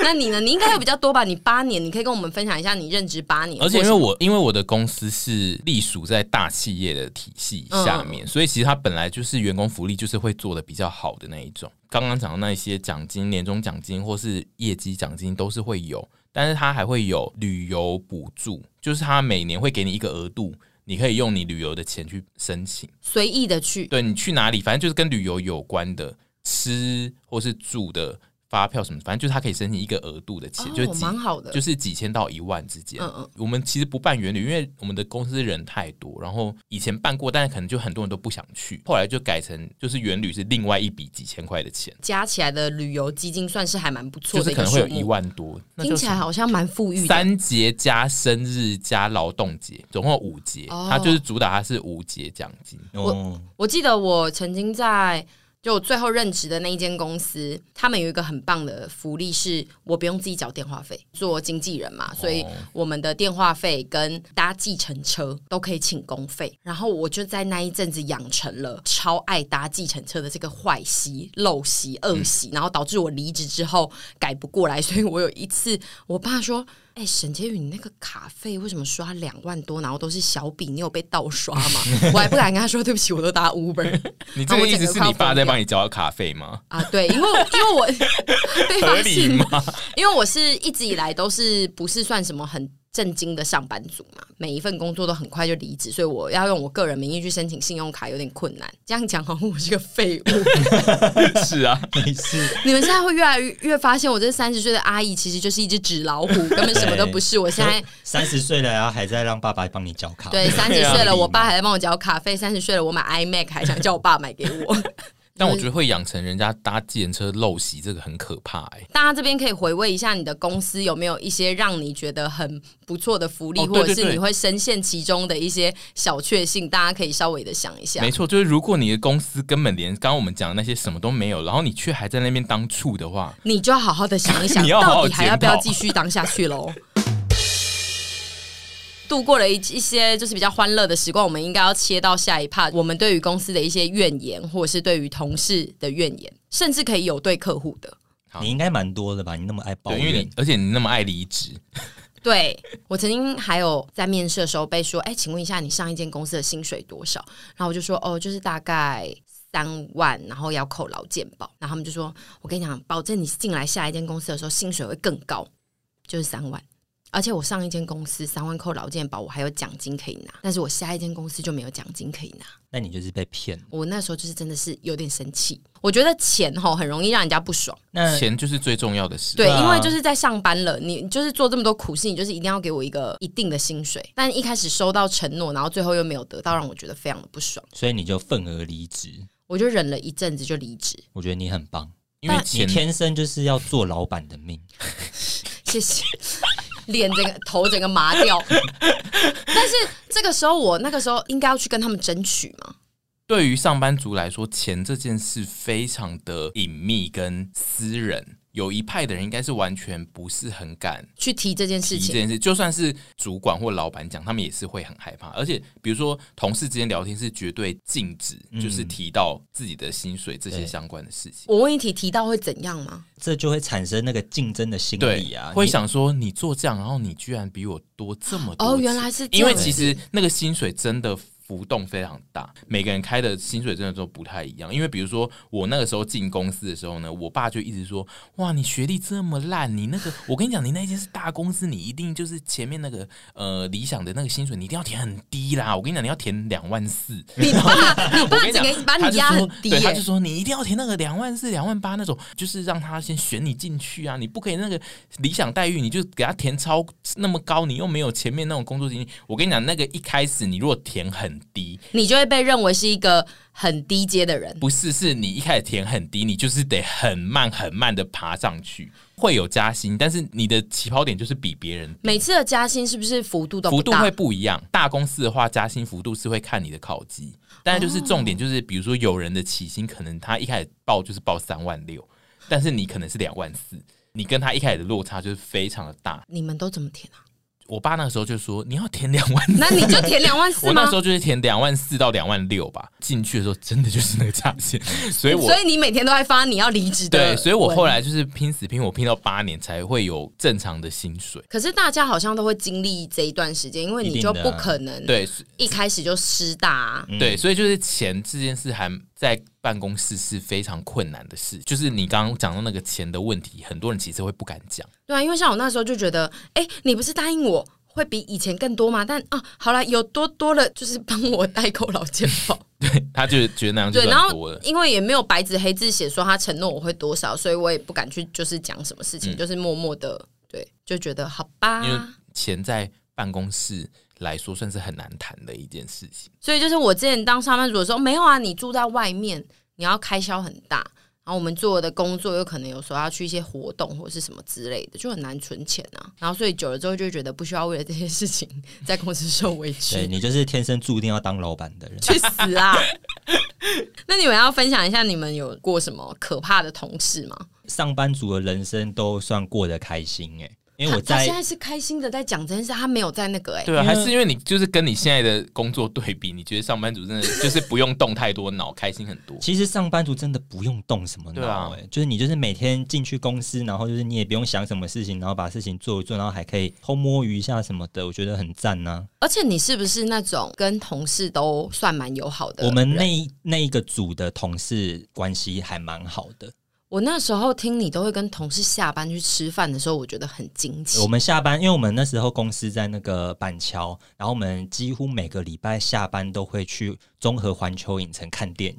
[SPEAKER 1] 那你呢？你应该有比较多吧？你八年，你可以跟我们分享一下你任职八年，
[SPEAKER 2] 而且因
[SPEAKER 1] 或
[SPEAKER 2] 为
[SPEAKER 1] 是
[SPEAKER 2] 我因为我的公司是隶属在大企业的体系下面，
[SPEAKER 1] 嗯
[SPEAKER 2] 所以其实它本来就是员工福利就是会做的比较好的那一种。刚刚讲的那一些奖金、年终奖金或是业绩奖金都是会有，但是它还会有旅游补助，就是它每年会给你一个额度，你可以用你旅游的钱去申请。
[SPEAKER 1] 随意的去，
[SPEAKER 2] 对你去哪里，反正就是跟旅游有关的，吃或是住的发票什么，反正就是它可以申请一个额度的钱，就是
[SPEAKER 1] 哦，
[SPEAKER 2] 几
[SPEAKER 1] 蛮好的，
[SPEAKER 2] 就是几千到一万之间。
[SPEAKER 1] 嗯嗯
[SPEAKER 2] 我们其实不办远旅，因为我们的公司人太多，然后以前办过，但是可能就很多人都不想去，后来就改成就是远旅是另外一笔几千块的钱，
[SPEAKER 1] 加起来的旅游基金算是还蛮不错的
[SPEAKER 2] 就是
[SPEAKER 1] 一
[SPEAKER 2] 可
[SPEAKER 1] 个
[SPEAKER 2] 能会
[SPEAKER 1] 数
[SPEAKER 2] 有
[SPEAKER 1] 目。
[SPEAKER 2] 一万多。那就
[SPEAKER 1] 听起来
[SPEAKER 2] 是
[SPEAKER 1] 好像蛮富裕的。
[SPEAKER 2] 三节加生日加劳动节，总共有五节，
[SPEAKER 1] 哦
[SPEAKER 2] 它就是主打它是五节奖金。
[SPEAKER 3] 哦，
[SPEAKER 1] 我记得我曾经在就我最后任职的那一间公司，他们有一个很棒的福利，是我不用自己缴电话费，做经纪人
[SPEAKER 2] 哦
[SPEAKER 1] 嘛，所以我们的电话费跟搭计程车都可以请公费。然后我就在那一阵子养成了超爱搭计程车的这个坏习、陋习、恶
[SPEAKER 2] 嗯
[SPEAKER 1] 习，然后导致我离职之后改不过来。 所以我有一次，我爸说。哎、沈婕妤，你那个卡费为什么刷两万多，然后都是小笔？你有被盗刷吗？ 我还不敢跟他说对不起，我都搭 Uber。
[SPEAKER 2] 你这个意思是你爸在
[SPEAKER 1] 帮？
[SPEAKER 2] 帮你交卡费吗？
[SPEAKER 1] 啊，对，因为我因为我被
[SPEAKER 2] 合
[SPEAKER 1] 发
[SPEAKER 2] 理
[SPEAKER 1] 现
[SPEAKER 2] 吗？
[SPEAKER 1] 因为我是一直以来都是不是算什么很正经的上班族嘛，每一份工作都很快就离职，所以我要用我个人名义去申请信用卡有点困难。这样讲好像我是个废物。
[SPEAKER 2] 是啊，
[SPEAKER 3] 没事，
[SPEAKER 1] 你们现在会越来越发现，我这三十岁的阿姨其实就是一只纸老虎，根本 什么都不是。我现在
[SPEAKER 3] 三十岁了，然后还在让爸爸帮你缴卡，
[SPEAKER 1] 对三十岁
[SPEAKER 3] 对啊
[SPEAKER 1] 了，我爸还在帮我缴卡费；三十岁了，我买 iMac 还想叫我爸买给我。
[SPEAKER 2] 但我觉得会养成人家搭计程车陋习，这个很可怕哎、
[SPEAKER 1] 大家这边可以回味一下，你的公司有没有一些让你觉得很不错的福利，
[SPEAKER 2] 哦对
[SPEAKER 1] 或者
[SPEAKER 2] 对
[SPEAKER 1] 是
[SPEAKER 2] 对
[SPEAKER 1] 你会深陷其中的一些小确幸？大家可以稍微的想一下
[SPEAKER 2] 没。错，就是如果你的公司根本连刚刚我们讲的那些什么都没有，然后你却还在那边当处的话，
[SPEAKER 1] 你就要好好的想一想，
[SPEAKER 2] 你要好好
[SPEAKER 1] 到底还要不要
[SPEAKER 2] 检讨
[SPEAKER 1] 继续当下去喽？度过了一一些就是比较欢乐的时光，我们应该要切到下一趴，我们对于公司的一些怨言，或者是对于同事的怨言，甚至可以有对客户的。
[SPEAKER 2] 好
[SPEAKER 3] 你应该蛮多的吧？你那么爱抱
[SPEAKER 2] 哦对，因为
[SPEAKER 3] 怨
[SPEAKER 2] 你，而且你那么爱离职，
[SPEAKER 1] 对我曾经还有在面试的时候被说，哎，请问一下你上一间公司的薪水多少？然后我就说，哦，就是大概三万，然后要扣劳健保。然后他们就说，我跟你讲，保证你进来下一间公司的时候薪水会更高，就是三万。而且我上一间公司三万扣劳健保，我还有奖金可以拿，但是我下一间公司就没有奖金可以拿。
[SPEAKER 3] 那你就是被骗。
[SPEAKER 1] 我那时候就是真的是有点生气，我觉得钱吼很容易让人家不爽。
[SPEAKER 3] 那
[SPEAKER 2] 钱就是最重要的事。
[SPEAKER 1] 对，
[SPEAKER 3] 嗯对啊
[SPEAKER 1] 因为就是在上班了，你就是做这么多苦事，你就是一定要给我一个一定的薪水。但一开始收到承诺，然后最后又没有得到，让我觉得非常的不爽。
[SPEAKER 3] 所以你就愤而离职。
[SPEAKER 1] 我就忍了一阵子就离职，
[SPEAKER 3] 我觉得你很棒，
[SPEAKER 2] 因为
[SPEAKER 1] 但
[SPEAKER 3] 你
[SPEAKER 2] 钱
[SPEAKER 3] 天生就是要做老板的命。
[SPEAKER 1] 谢谢。 脸整个头整个麻掉，但是这个时候我那个时候应该要去跟他们争取嘛，
[SPEAKER 2] 对于上班族来说，钱这件事非常的隐秘跟私人。有一派的人应该是完全不是很敢
[SPEAKER 1] 去提这件事
[SPEAKER 2] 提这
[SPEAKER 1] 情。
[SPEAKER 2] 件事，就算是主管或老板讲，他们也是会很害怕。而且，比如说同事之间聊天是绝对禁止，就是提到自己的薪水这些
[SPEAKER 3] 对
[SPEAKER 2] 相关的事情。
[SPEAKER 1] 我问一题提到会怎样 吗？
[SPEAKER 3] 这就会产生那个竞争的心
[SPEAKER 2] 对
[SPEAKER 3] 理啊，
[SPEAKER 2] 会
[SPEAKER 3] 你
[SPEAKER 2] 想说你做这样，然后你居然比我多这么多
[SPEAKER 1] 哦，
[SPEAKER 2] 钱
[SPEAKER 1] 原来是这
[SPEAKER 2] 因
[SPEAKER 1] 样
[SPEAKER 2] 为
[SPEAKER 1] 子
[SPEAKER 2] 其实那个薪水真的浮动非常大，每个人开的薪水真的都不太一样。因为比如说我那个时候进公司的时候呢，我爸就一直说：“哇，你学历这么烂，你那个我跟你讲，你那一间是大公司，你一定就是前面那个呃理想的那个薪水，你一定要填很低啦。我跟你讲，你要填两万四。”
[SPEAKER 1] 你爸，你
[SPEAKER 2] 我
[SPEAKER 1] 爸
[SPEAKER 2] 跟你
[SPEAKER 1] 整
[SPEAKER 2] 讲
[SPEAKER 1] 个，把
[SPEAKER 2] 他
[SPEAKER 1] 你
[SPEAKER 2] 就
[SPEAKER 1] 压
[SPEAKER 2] 说
[SPEAKER 1] 很低
[SPEAKER 2] 对，
[SPEAKER 1] 耶、
[SPEAKER 2] 他就说你一定要填那个两万四、两万八那种，就是让他先选你进去啊，你不可以那个理想待遇，你就给他填超那么高，你又没有前面那种工作经历。我跟你讲，那个一开始你如果填很低，
[SPEAKER 1] 你就会被认为是一个很低阶的人。
[SPEAKER 2] 不是是你一开始填很低，你就是得很慢很慢的爬上去，会有加薪，但是你的起跑点就是比别人低
[SPEAKER 1] 每次的加薪是不是幅度都不
[SPEAKER 2] 幅度
[SPEAKER 1] 大？
[SPEAKER 2] 会不一样。大公司的话，加薪幅度是会看你的考绩，但就是重
[SPEAKER 1] 哦
[SPEAKER 2] 点就是，比如说有人的起薪可能他一开始报就是报三万六，但是你可能是两万四，你跟他一开始的落差就是非常的大。
[SPEAKER 1] 你们都怎么填啊？
[SPEAKER 2] 我爸那个时候就说你要填两 万。
[SPEAKER 1] 那你就填两万四
[SPEAKER 2] 我那
[SPEAKER 1] 吗
[SPEAKER 2] 时？候就是填两万四到两万六吧，进去的时候真的就是那个价钱，所以我
[SPEAKER 1] 所以你每天都在发你要离职的。
[SPEAKER 2] 对，所以我后。来就是拼死拼活拼到八年才会有正常的薪水。
[SPEAKER 1] 可是大家好像都会经历这一段时间，因为你就
[SPEAKER 3] 一定
[SPEAKER 1] 不
[SPEAKER 3] 的啊
[SPEAKER 1] 可能
[SPEAKER 2] 对，
[SPEAKER 1] 一开始就师大、啊。
[SPEAKER 3] 嗯
[SPEAKER 2] 对，所以就是钱这件事还在办公室是非常困难的事。就是你刚刚讲到那个钱的问题，很多人其实会不敢讲。
[SPEAKER 1] 对啊，因为像我那时候就觉得，哎、你不是答应我会比以前更多吗？但啊，好了，有多多了就是帮我代扣劳健 保。
[SPEAKER 2] 对，他就觉得那样就
[SPEAKER 1] 对，然
[SPEAKER 2] 算多
[SPEAKER 1] 后
[SPEAKER 2] 了。
[SPEAKER 1] 因为也没有白纸黑字写说他承诺我会多少，所以我也不敢去就是讲什么事情，就是默默的对，就觉得好吧。
[SPEAKER 2] 嗯因为钱在办公室来说算是很难谈的一件事情。
[SPEAKER 1] 所以就是我之前当上班族的时候，没有啊，你住在外面，你要开销很大。然后我们做的工作有可能有时候要去一些活动或是什么之类的，就很难存钱啊。然后所以久了之后就会觉得不需要为了这些事情在公司受委屈，
[SPEAKER 3] 对你就是天生注定要当老板的人。
[SPEAKER 1] 去死啊！ 那你们要分享一下你们有过什么可怕的同事吗？
[SPEAKER 3] 上班族的人生都算过得开心哎、因为我
[SPEAKER 1] 他他现
[SPEAKER 3] 在
[SPEAKER 1] 在是开心的在讲这件事，他没有在那个哎、
[SPEAKER 2] 对啊，
[SPEAKER 3] 因为
[SPEAKER 2] 还是因为你就是跟你现在的工作对比，你觉得上班族真的就是不用动太多脑，开心很多。
[SPEAKER 3] 其实上班族真的不用动什么
[SPEAKER 2] 对啊
[SPEAKER 3] 脑哎、就是你就是每天进去公司，然后就是你也不用想什么事情，然后把事情做一做，然后还可以偷摸鱼一下什么的，我觉得很赞啊呐、
[SPEAKER 1] 而且你是不是那种跟同事都算蛮友好呃的人？
[SPEAKER 3] 我们那一那一个组的同事关系还蛮好的，
[SPEAKER 1] 我那时候听你都会跟同事下班去吃饭的时候，我觉得很惊奇
[SPEAKER 3] 我。们下班，因为我们那时候公司在那个板桥，然后我们几乎每个礼拜下班都会去综合环球影城看电影，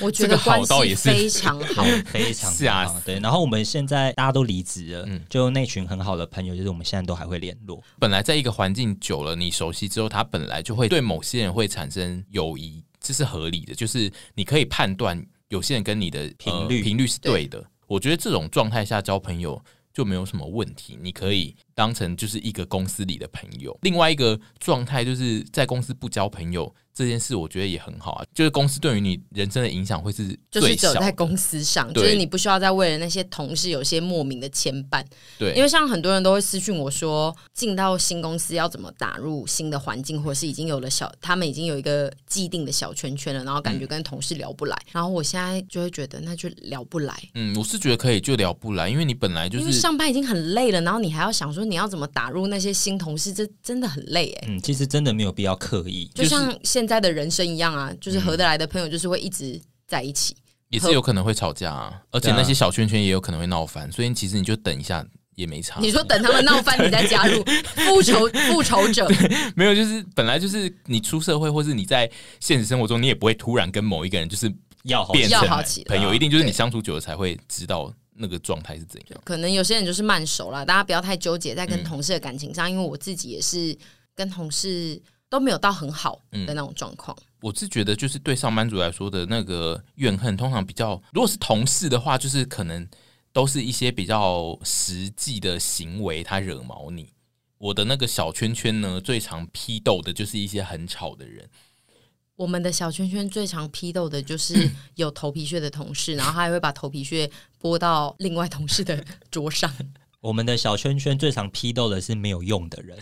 [SPEAKER 1] 我觉
[SPEAKER 2] 这
[SPEAKER 1] 得
[SPEAKER 2] 个
[SPEAKER 1] 关
[SPEAKER 2] 好到
[SPEAKER 1] 系
[SPEAKER 2] 也是
[SPEAKER 1] 非常 好。
[SPEAKER 3] 对非常
[SPEAKER 2] 是啊
[SPEAKER 3] 棒对。然后我们现在大家都离职了，
[SPEAKER 2] 嗯
[SPEAKER 3] 就那群很好的朋友，就是我们现在都还会联络。
[SPEAKER 2] 本来在一个环境久了，你熟悉之后，它本来就会对某些人会产生友谊，这是合理的。就是你可以判断，有些人跟你的呃
[SPEAKER 3] 频率
[SPEAKER 2] 频率是对
[SPEAKER 1] 对
[SPEAKER 2] 的。我觉得这种状态下交朋友就没有什么问题，你可以当成就是一个公司里的朋友。另外一个状态就是在公司不交朋友这件事，我觉得也很好啊，就是公司对于你人生的影响会是
[SPEAKER 1] 就是
[SPEAKER 2] 最
[SPEAKER 1] 只有
[SPEAKER 2] 小
[SPEAKER 1] 在
[SPEAKER 2] 的。
[SPEAKER 1] 公司上，
[SPEAKER 2] 对
[SPEAKER 1] 就是你不需要再为了那些同事有些莫名的牵绊，因
[SPEAKER 2] 对
[SPEAKER 1] 为像很多人都会私讯我说，进到新公司要怎么打入新的环境，或者是已经有了小，他们已经有一个既定的小圈圈了，然后感
[SPEAKER 2] 嗯
[SPEAKER 1] 觉跟同事聊不来，然后我现在就会觉得那就聊不来。
[SPEAKER 2] 嗯，我是觉得可以就聊不来，因为你本来就
[SPEAKER 1] 因为
[SPEAKER 2] 是
[SPEAKER 1] 上班已经很累了，然后你还要想说你要怎么打入那些新同事，这真的很累哎、
[SPEAKER 3] 嗯，其实真的没有必要刻意。
[SPEAKER 1] 就像现在的人生一样啊，就是合得来的朋友就是会一直在一起。
[SPEAKER 2] 也是有可能会吵架啊，而且
[SPEAKER 3] 对啊
[SPEAKER 2] 那些小圈圈也有可能会闹翻，所以其实你就等一下也没差。
[SPEAKER 1] 你说等他们闹翻，你再加入
[SPEAKER 2] 啊
[SPEAKER 1] 复 仇复仇者，
[SPEAKER 2] 没有，就是本来就是你出社会，或是你在现实生活中，你也不会突然跟某一个人就是
[SPEAKER 3] 要好
[SPEAKER 2] 变成
[SPEAKER 1] 要好起来
[SPEAKER 2] 朋友，一定就是你相处久了才会知道那个状态是怎样。
[SPEAKER 1] 可能有些人就是慢熟啦，大家不要太纠结在跟同事的感情上，因为我自己也是跟同事都没有到很好
[SPEAKER 2] 嗯
[SPEAKER 1] 的那种状况。
[SPEAKER 2] 我是觉得，就是对上班族来说的那个怨恨，通常比较，如果是同事的话，就是可能都是一些比较实际的行为，他惹毛你。我的那个小圈圈呢，最常批斗的就是一些很吵的人。
[SPEAKER 1] 我们的小圈圈最常批斗的 就是有头皮屑的同事，然后他还会把头皮屑拨到另外同事的桌 上，
[SPEAKER 3] 我们的小圈圈最常批斗的是没有用 的人，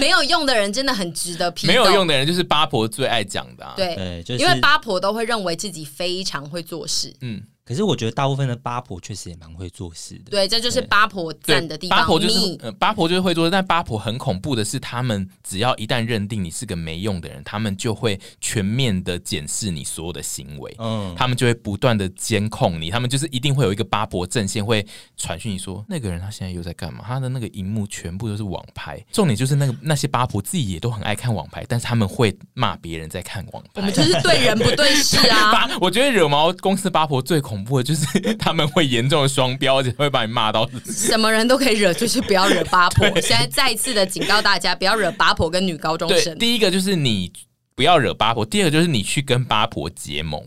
[SPEAKER 1] 没有用的人真的很值得批斗。
[SPEAKER 2] 没有用的人，就是八婆最爱讲的、啊。，
[SPEAKER 1] 对，
[SPEAKER 3] 对，哎就是
[SPEAKER 1] 因为八婆都会认为自己非常会做事。
[SPEAKER 2] 嗯，
[SPEAKER 3] 可是我觉得大部分的八婆确实也蛮会做事的。
[SPEAKER 1] 对，这就是八婆
[SPEAKER 2] 对
[SPEAKER 1] 赞的地方。
[SPEAKER 2] 八婆就是
[SPEAKER 1] 你
[SPEAKER 2] 呃，八婆就是会做，但八婆很恐怖的是，他们只要一旦认定你是个没用的人，他们就会全面的检视你所有的行为，
[SPEAKER 1] 哦
[SPEAKER 3] 嗯，
[SPEAKER 2] 他们就会不断的监控你，他们就是一定会有一个八婆阵线会传讯你说那个人他现在又在干嘛，他的那个荧幕全部都是网拍，重点就是那个那些八婆自己也都很爱看网拍，但是他们会骂别人在看网
[SPEAKER 1] 我
[SPEAKER 2] 拍
[SPEAKER 1] 们。就是对人不对事啊。
[SPEAKER 2] 八，我觉得惹毛公司八婆最恐怖的就是 他们会严重的双标，而且会把你骂到
[SPEAKER 1] 什么人都可以惹，就是不要惹八婆。现在再一次的警告大家，不要惹八婆跟女高中
[SPEAKER 2] 对，
[SPEAKER 1] 生。
[SPEAKER 2] 第一个就是你不要惹八婆，第二个就是你去跟八婆结盟，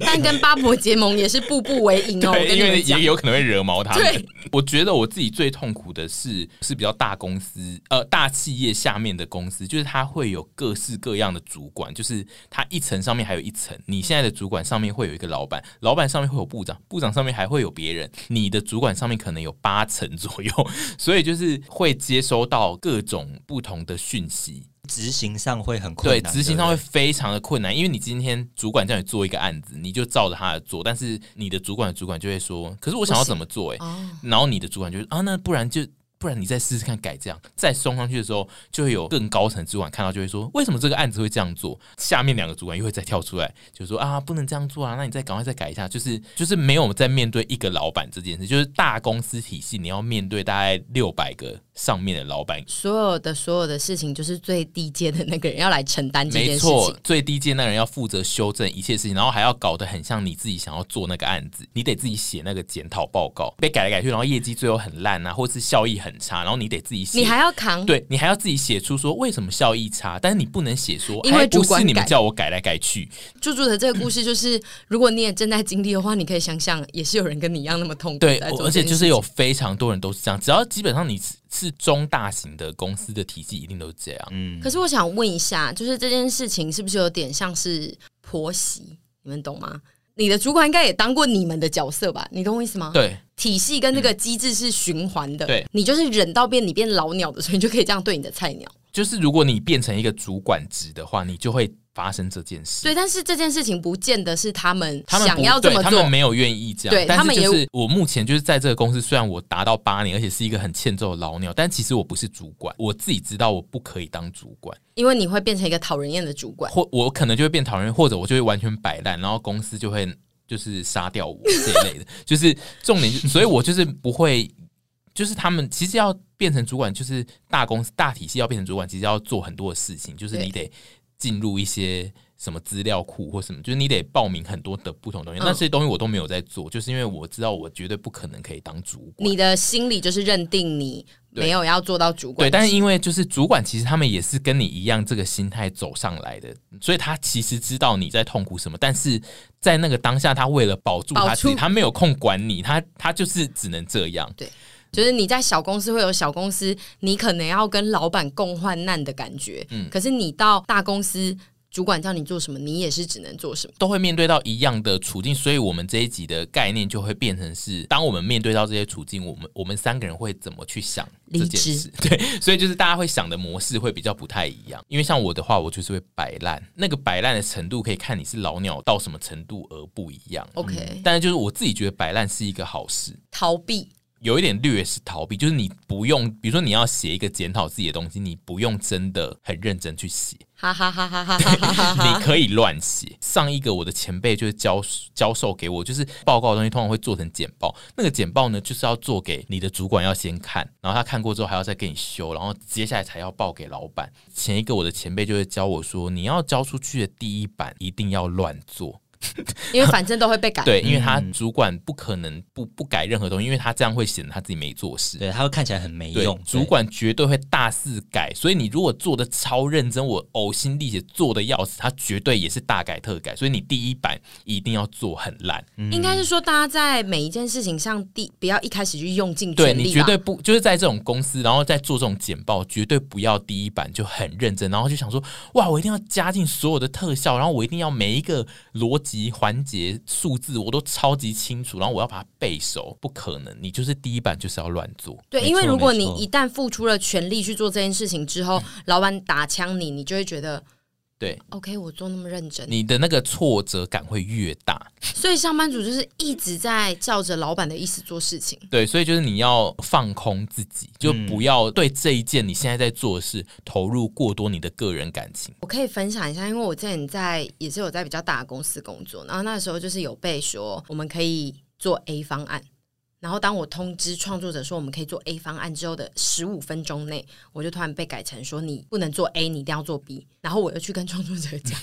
[SPEAKER 1] 但跟八婆结盟也是步步为营哦。我
[SPEAKER 2] 对，
[SPEAKER 1] 跟
[SPEAKER 2] 因
[SPEAKER 1] 你
[SPEAKER 2] 为
[SPEAKER 1] 们
[SPEAKER 2] 也
[SPEAKER 1] 讲，
[SPEAKER 2] 有可能会惹毛他们
[SPEAKER 1] 对。
[SPEAKER 2] 我觉得我自己最痛苦的是是比较大公司，呃，大企业下面的公司，就是它会有各式各样的主管，就是它一层上面还有一层，你现在的主管上面会有一个老板，老板上面会有部长，部长上面还会有别人，你的主管上面可能有八层左右， 所以就是会接收到各种不同的讯息。
[SPEAKER 3] 执行上会很困
[SPEAKER 2] 对，
[SPEAKER 3] 难，
[SPEAKER 2] 执行上会
[SPEAKER 3] 对不
[SPEAKER 2] 非常的困难，因为你今天主管叫你做一个案子，你就照着他的做，但是你的主管的主管就会说，可是我想要怎么做、欸，
[SPEAKER 1] 哦，
[SPEAKER 2] 然后你的主管就啊，那不然就不然你再试试看改这样，再送上去的时候，就会有更高层主管看到就会说，为什么这个案子会这样做？下面两个主管又会再跳出来，就说啊，不能这样做啊，那你再赶快再改一下，就是就是没有在面对一个老板这件事，就是大公司体系你要面对大概六百个上面的老板
[SPEAKER 1] 所有的所有的事情，就是最低阶的那个人要来承担这件
[SPEAKER 2] 没
[SPEAKER 1] 事
[SPEAKER 2] 错
[SPEAKER 1] 情。，
[SPEAKER 2] 最低阶那人要负责修正一切事情，然后还要搞得很像你自己想要做那个案子，你得自己写那个检讨报告，被改来改去，然后业绩最后很烂啊，或是效益很差，然后你得自己写。
[SPEAKER 1] 你还要扛，
[SPEAKER 2] 对你还要自己写出说为什么效益差，但是你不能写说
[SPEAKER 1] 因为
[SPEAKER 2] 哎不
[SPEAKER 1] 主管
[SPEAKER 2] 是你们
[SPEAKER 1] 改
[SPEAKER 2] 叫我改来改去，
[SPEAKER 1] 猪猪的这个故事就是，如果你也正在经历的话，你可以想想，也是有人跟你一样那么痛苦
[SPEAKER 2] 对，
[SPEAKER 1] 在做
[SPEAKER 2] 我
[SPEAKER 1] 这
[SPEAKER 2] 而且
[SPEAKER 1] 件
[SPEAKER 2] 就是
[SPEAKER 1] 事
[SPEAKER 2] 有非常多人都是这样，只要基本上你是是中大型的公司的体系，一定都是这样。
[SPEAKER 3] 嗯，
[SPEAKER 1] 可是我想问一下，就是这件事情是不是有点像是婆媳？你们懂吗？你的主管应该也当过你们的角色吧？你懂我意思吗？，
[SPEAKER 2] 对，嗯
[SPEAKER 1] 体系跟这个机制是循环的。
[SPEAKER 2] 对，
[SPEAKER 1] 你就是忍到变你变老鸟的时候，你就可以这样对你的菜鸟。
[SPEAKER 2] 就是如果你变成一个主管职的话，你就会发生这件事。
[SPEAKER 1] 对，但是这件事情不见得是他们
[SPEAKER 2] 他们
[SPEAKER 1] 想
[SPEAKER 2] 不
[SPEAKER 1] 要这
[SPEAKER 2] 对
[SPEAKER 1] 么
[SPEAKER 2] 他
[SPEAKER 1] 做
[SPEAKER 2] 们。没有愿意这样。
[SPEAKER 1] 对
[SPEAKER 2] 但
[SPEAKER 1] 他
[SPEAKER 2] 是
[SPEAKER 1] 们
[SPEAKER 2] 就
[SPEAKER 1] 也
[SPEAKER 2] 是我目前就是在这个公司，虽然我达到八年，而且是一个很欠揍的老鸟，但其实我不是主管，我自己知道我不可以当主管，
[SPEAKER 1] 因为你会变成一个讨人厌的主管。
[SPEAKER 2] 或我可能就会变讨人厌，或者我就会完全摆烂，然后公司就会就是杀掉我这一类的。就是重点，所以我就是不会。就是他们其实要变成主管，就是大公司大体系要变成主管，其实要做很多的事情，就是你得进入一些什么资料库或什么，就是你得报名很多的不同的东西。
[SPEAKER 1] 嗯
[SPEAKER 2] 那这些东西我都没有在做，就是因为我知道我绝对不可能可以当主管。
[SPEAKER 1] 你的心里就是认定你
[SPEAKER 2] 对
[SPEAKER 1] 没有要做到主管
[SPEAKER 2] 对，但是
[SPEAKER 1] 级
[SPEAKER 2] 因为就是主管，其实他们也是跟你一样这个心态走上来的，所以他其实知道你在痛苦什么，但是在那个当下，他为了保住
[SPEAKER 1] 保
[SPEAKER 2] 他自己，
[SPEAKER 1] 住
[SPEAKER 2] 他没有空管你，他他就是只能这样。
[SPEAKER 1] 就是你在小公司会有小公司，你可能要跟老板共患难的感觉。
[SPEAKER 2] 嗯
[SPEAKER 1] 可是你到大公司，主管叫你做什么，你也是只能做什么。
[SPEAKER 2] 都会面对到一样的处境，所以我们这一集的概念就会变成是：当我们面对到这些处境，我们我们三个人会怎么去想这件
[SPEAKER 1] 离
[SPEAKER 2] 事？ 对，所以就是大家会想的模式会比较不太一样。因为像我的话，我就是会摆烂，那个摆烂的程度可以看你是老鸟到什么程度而不一样。
[SPEAKER 1] OK，、
[SPEAKER 2] 但是就是我自己觉得摆烂是一个好事，
[SPEAKER 1] 逃避
[SPEAKER 2] 有一点略是逃避，就是你不用，比如说你要写一个检讨自己的东西，你不用真的很认真去写，
[SPEAKER 1] 哈哈哈哈哈哈哈哈
[SPEAKER 2] 你
[SPEAKER 1] 哈！
[SPEAKER 2] 可以乱写。上一个我的前辈就是教教授给我，就是报告的东西通常会做成简报，那个简报呢就是要做给你的主管要先看，然后他看过之后还要再给你修，然后接下来才要报给老板。前一个我的前辈就会教我说，你要交出去的第一版一定要乱做。
[SPEAKER 1] 因为反正都会被赶。
[SPEAKER 2] 对，因为他
[SPEAKER 3] 嗯
[SPEAKER 2] 主管不可能不不改任何东西，因为他这样会显得他自己没做事。
[SPEAKER 3] 对，他会看起来很没
[SPEAKER 2] 对
[SPEAKER 3] 用。，
[SPEAKER 2] 主
[SPEAKER 3] 对
[SPEAKER 2] 管绝对会大肆改，所以你如果做的超认真，我呕心沥血做的要死，他绝对也是大改特改。所以你第一版一定要做很烂，
[SPEAKER 1] 应该是说大家在每一件事情上第不要一开始就用尽
[SPEAKER 2] 对
[SPEAKER 1] 全力吧。
[SPEAKER 2] 你绝对不就是在这种公司，然后在做这种简报，绝对不要第一版就很认真，然后就想说哇，我一定要加进所有的特效，然后我一定要每一个逻辑环节、数字我都超级清楚，然后我要把它背熟，不可能，你就是第一版就是要乱做。
[SPEAKER 1] 对，
[SPEAKER 3] 没
[SPEAKER 1] 因为
[SPEAKER 3] 错
[SPEAKER 1] 如果
[SPEAKER 3] 没
[SPEAKER 1] 你
[SPEAKER 3] 错
[SPEAKER 1] 一旦付出了全力去做这件事情之后，
[SPEAKER 2] 嗯
[SPEAKER 1] 老板打枪你，你就会觉得
[SPEAKER 2] 对
[SPEAKER 1] OK，我做那么认真，
[SPEAKER 2] 你的那个挫折感会越大，
[SPEAKER 1] 所以上班族就是一直在照着老板的意思做事情。
[SPEAKER 2] 对，所以就是你要放空自己，就不要对这一件你现在在做的事投入过多你的个人感情。
[SPEAKER 1] 我可以分享一下，因为我之前在也是有在比较大的公司工作，然后那时候就是有被说我们可以做 A 方案，然后当我通知创作者说我们可以做 A 方案之后的十五分钟内，我就突然被改成说你不能做 A，你一定要做 B，然后我又去跟创作者讲。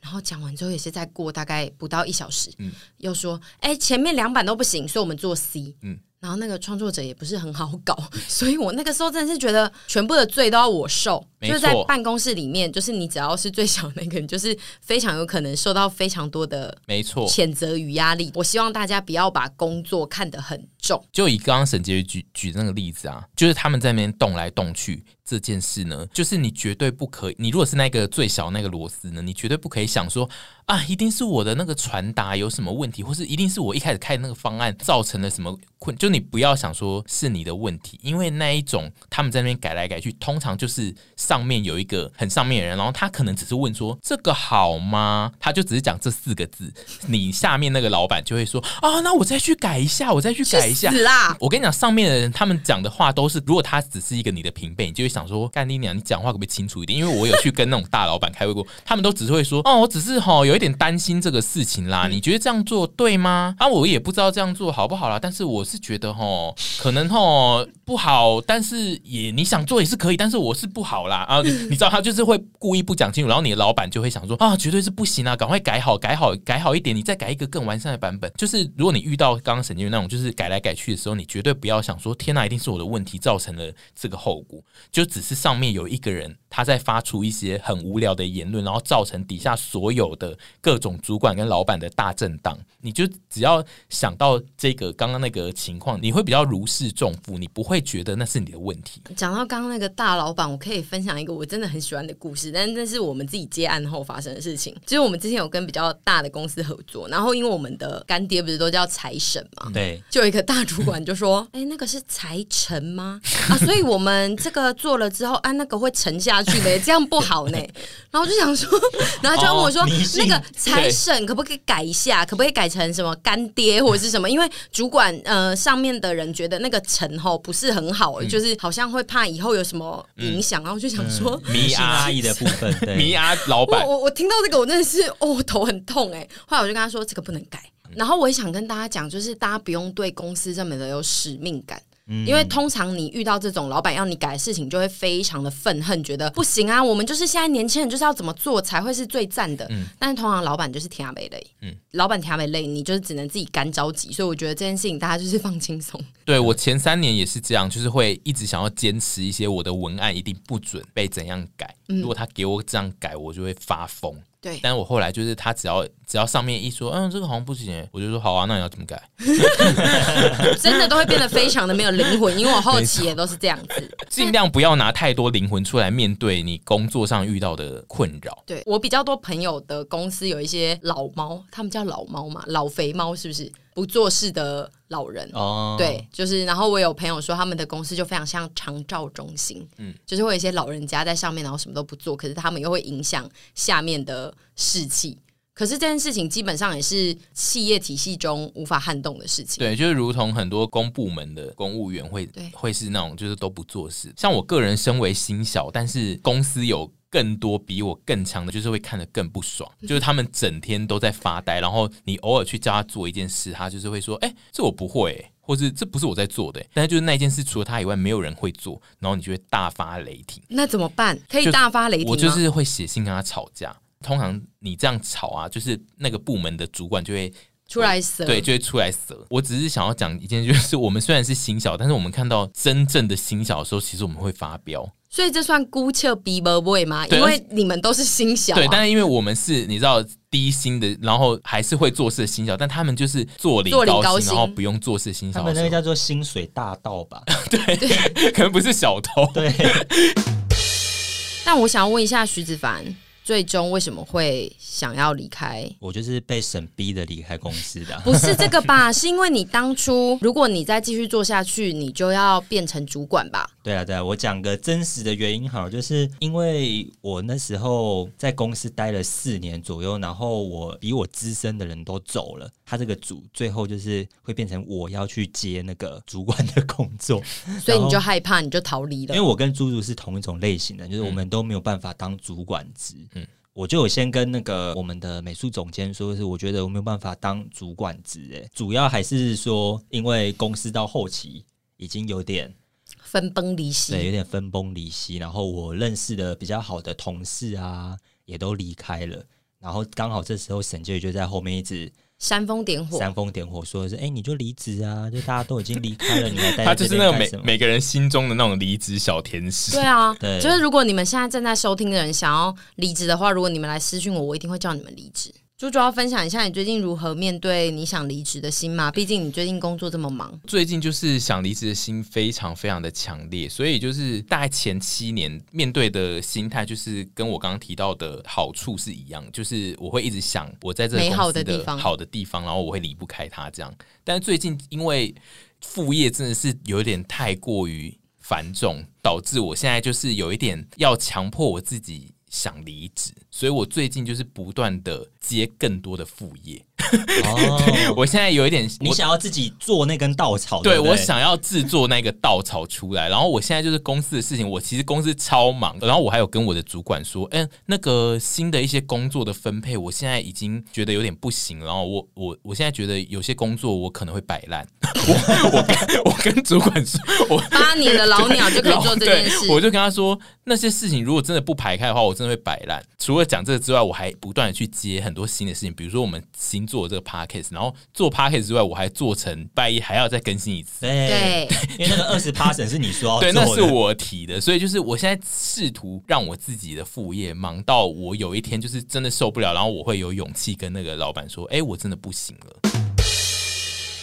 [SPEAKER 1] 然后讲完之后也是再过大概不到一小时，
[SPEAKER 2] 嗯
[SPEAKER 1] 又说，哎、前面两版都不行，所以我们做 C，
[SPEAKER 2] 嗯
[SPEAKER 1] 然后那个创作者也不是很好搞， 所以我那个时候真的是觉得全部的罪都要我受，
[SPEAKER 2] 没
[SPEAKER 1] 就
[SPEAKER 2] 错
[SPEAKER 1] 是在办公室里面，就是你只要是最小那个，你就是非常有可能受到非常多的
[SPEAKER 2] 没错，
[SPEAKER 1] 谴责与压力。我希望大家不要把工作看得很重，
[SPEAKER 2] 就以刚刚沈婕妤举举的那个例子啊，就是他们在那边动来动去这件事呢，就是你绝对不可以，你如果是那个最小那个螺丝呢，你绝对不可以想说啊，一定是我的那个传达有什么问题，或是一定是我一开始开的那个方案造成了什么困，就你不要想说是你的问题，因为那一种他们在那边改来改去，通常就是上面有一个很上面的人，然后他可能只是问说这个好吗？他就只是讲这四个字，你下面那个老板就会说啊，那我再去改一下，我再去改一下
[SPEAKER 1] 去，死啦！
[SPEAKER 2] 我跟你讲，上面的人他们讲的话都是，如果他只是一个你的平辈，你就会想说，干你娘，你讲话可不可以清楚一点？因为我有去跟那种大老板开会过，他们都只是会说，哦，我只是哈、有一点担心这个事情啦，你觉得这样做对吗？啊，我也不知道这样做好不好啦，但是我是觉得哈、可能哈、不好，但是也你想做也是可以，但是我是不好啦啊，你你知道他就是会故意不讲清楚，然后你的老板就会想说啊，绝对是不行啊，赶快改好，改好，改好一点，你再改一个更完善的版本。就是如果你遇到刚刚沈经那种就是改来改去的时候，你绝对不要想说天哪、一定是我的问题造成了这个后果，就只是上面有一个人他在发出一些很无聊的言论，然后造成底下所有的各种主管跟老板的大震荡。你就只要想到这个刚刚那个情况，你会比较如释重负，你不会觉得那是你的问题。
[SPEAKER 1] 讲到刚刚那个大老板，我可以分享一个我真的很喜欢的故事，但是那是我们自己接案后发生的事情。就是我们之前有跟比较大的公司合作，然后因为我们的干爹不是都叫财神嘛，
[SPEAKER 3] 对，
[SPEAKER 1] 就有一个大主管就 说：“哎、那个是财神吗？啊，所以我们这个做了之后，啊，那个会沉下去 的，这样不好呢。”然后我就想说，然后他就问我说：“
[SPEAKER 3] 哦迷信
[SPEAKER 1] 那个财神可不可以改一下？可不可以改成什么干爹或者是什么？因为主管呃上面的人觉得那个陈吼不是很好、
[SPEAKER 3] 嗯
[SPEAKER 1] 就是好像会怕以后有什么影响。然后我就想说。
[SPEAKER 3] 嗯迷信阿姨的部分， 对，
[SPEAKER 2] 米阿老
[SPEAKER 1] 我
[SPEAKER 2] 板，
[SPEAKER 1] 我我听到这个，我真的是哦，我头很痛哎、后来我就跟
[SPEAKER 2] 嗯
[SPEAKER 1] 他说，这个不能改。然后我也想跟大家讲，就是大家不用对公司这么的有使命感。
[SPEAKER 2] 嗯
[SPEAKER 1] 因为通常你遇到这种老板要你改的事情，就会非常的愤恨，觉得不行啊，我们就是现在年轻人就是要怎么做才会是最赞的。但是通常老板就是天涯没累，
[SPEAKER 2] 嗯
[SPEAKER 1] 老板天涯没累，你就是只能自己干着急。所以我觉得这件事情大家就是放轻松。
[SPEAKER 2] 对我前三年也是这样，就是会一直想要坚持一些我的文案一定不准被怎样改。如果他给我这样改，我就会发疯。
[SPEAKER 1] 对，
[SPEAKER 2] 但我后来就是他只要只要上面一说，嗯，这个好像不行耶，我就说好啊，那你要怎么改？
[SPEAKER 1] 真的都会变得非常的没有灵魂，因为我后期也都是这样子。
[SPEAKER 2] 尽量不要拿太多灵魂出来面对你工作上遇到的困扰。
[SPEAKER 1] 对我比较多朋友的公司有一些老猫，他们叫老猫嘛，老肥猫是不是不做事的老人？
[SPEAKER 3] 哦，
[SPEAKER 1] 对，就是，然后我有朋友说，他们的公司就非常像长照中心，嗯，就是会有一些老人家在上面，然后什么都不做，可是他们又会影响下面的士气。可是这件事情基本上也是企业体系中无法撼动的事情。
[SPEAKER 2] 对，就是如同很多公部门的公务员会
[SPEAKER 1] 对
[SPEAKER 2] 会是那种就是都不做事。像我个人身为新小，但是公司有更多比我更强的，就是会看得更不爽，
[SPEAKER 1] 嗯
[SPEAKER 2] 就是他们整天都在发呆，然后你偶尔去叫他做一件事，他就是会说：“哎、这我不会、或是这不是我在做的、但是就是那一件事，除了他以外，没有人会做，然后你就会大发雷霆。
[SPEAKER 1] 那怎么办？可以
[SPEAKER 2] 就
[SPEAKER 1] 大发雷霆吗？
[SPEAKER 2] 我就是会写信跟他吵架。通常你这样吵啊，就是那个部门的主管就会
[SPEAKER 1] 出来死
[SPEAKER 2] 对，就会出来蛇。我只是想要讲一件事，就是我们虽然是新小，但是我们看到真正的新小的时候，其实我们会发飙。
[SPEAKER 1] 所以这算姑且 b b boy 吗？
[SPEAKER 2] 对
[SPEAKER 1] 因
[SPEAKER 2] 而
[SPEAKER 1] 为你们都是新小、啊，
[SPEAKER 2] 对，但是因为我们是你知道低薪的，然后还是会做事的新小，但他们就是坐领
[SPEAKER 1] 坐领
[SPEAKER 2] 高薪，
[SPEAKER 1] 高薪
[SPEAKER 2] 然后不用做事的新
[SPEAKER 3] 他
[SPEAKER 2] 小
[SPEAKER 3] 们
[SPEAKER 2] 的时
[SPEAKER 3] 那
[SPEAKER 2] 候，
[SPEAKER 3] 个叫做薪水大盗 吧？
[SPEAKER 2] 可能不是小偷。
[SPEAKER 3] 对，
[SPEAKER 1] 但我想要问一下徐子凡，最终为什么会想要离开？
[SPEAKER 3] 我就是被审逼的离开公司的啊。
[SPEAKER 1] 不是这个 吧？是因为你当初，如果你再继续做下去，你就要变成主管吧？
[SPEAKER 3] 对啊，对啊，我讲个真实的原因好了，就是因为我那时候在公司待了四年左右，然后我比我资深的人都走了，他这个组最后就是会变成我要去接那个主管的工作，
[SPEAKER 1] 所以你就
[SPEAKER 3] 然后
[SPEAKER 1] 害怕，你就逃离
[SPEAKER 3] 因
[SPEAKER 1] 了
[SPEAKER 3] 为。我跟猪猪是同一种类型的，就是
[SPEAKER 2] 嗯
[SPEAKER 3] 我们都没有办法当主管职，嗯。我就有先跟那个我们的美术总监说，是我觉得我没有办法当主管职，哎，主要还是说因为公司到后期已经有点
[SPEAKER 1] 分崩离
[SPEAKER 3] 对，有
[SPEAKER 1] 析。
[SPEAKER 3] 点分崩离析。然后我认识的比较好的同事啊，也都离开了。然后刚好这时候沈杰就在后面一直
[SPEAKER 1] 煽风点火，
[SPEAKER 3] 煽风点火，说的是：“哎、你就离职啊！就大家都已经离 开了，你还待
[SPEAKER 2] 他
[SPEAKER 3] 在
[SPEAKER 2] 就
[SPEAKER 3] 这
[SPEAKER 2] 是那个
[SPEAKER 3] 边干
[SPEAKER 2] 每
[SPEAKER 3] 什么
[SPEAKER 2] 每个人心中的那种离职小天使。
[SPEAKER 1] 对啊，
[SPEAKER 3] 对
[SPEAKER 1] 就是如果你们现在正在收听的人想要离职的话，如果你们来私讯我，我一定会叫你们离职。猪猪要分享一下你最近如何面对你想离职的心吗？毕竟你最近工作这么忙，
[SPEAKER 2] 最近就是想离职的心非常非常的强烈，所以就是大概前七年面对的心态，就是跟我刚刚提到的好处是一样，就是我会一直想我在这个
[SPEAKER 1] 美好
[SPEAKER 2] 公
[SPEAKER 1] 的
[SPEAKER 2] 司
[SPEAKER 1] 地方
[SPEAKER 2] 的好的地方，然后我会离不开它这样。但是最近因为副业真的是有点太过于繁重，导致我现在就是有一点要强迫我自己想离职，所以我最近就是不断的接更多的副业。
[SPEAKER 3] 哦，
[SPEAKER 2] 我现在有一点，
[SPEAKER 3] 你
[SPEAKER 2] 我
[SPEAKER 3] 想要自己做那根稻草，
[SPEAKER 2] 对
[SPEAKER 3] 对不对
[SPEAKER 2] 我想要制作那个稻草出来，然后我现在就是公司的事情，我其实公司超忙，然后我还有跟我的主管说，嗯、那个新的一些工作的分配，我现在已经觉得有点不行，然后我我我现在觉得有些工作我可能会摆烂，我我跟我跟主管说，我
[SPEAKER 1] 八年的老鸟就可以做这件事
[SPEAKER 2] 对，我就跟他说，那些事情如果真的不排开的话，我真的会摆烂。除了讲这个之外，我还不断的去接很多新的事情，比如说我们新做的这个 podcast，然后做 podcast 之外，我还做成拜一还要再更新一次。
[SPEAKER 3] 对，
[SPEAKER 1] 对。
[SPEAKER 3] 因为那个二十 p 省是你说 要
[SPEAKER 2] 对，
[SPEAKER 3] 做
[SPEAKER 2] 那
[SPEAKER 3] 的
[SPEAKER 2] 是我提的，所以就是我现在试图让我自己的副业忙到我有一天就是真的受不了，然后我会有勇气跟那个老板说：“哎、我真的不行了。”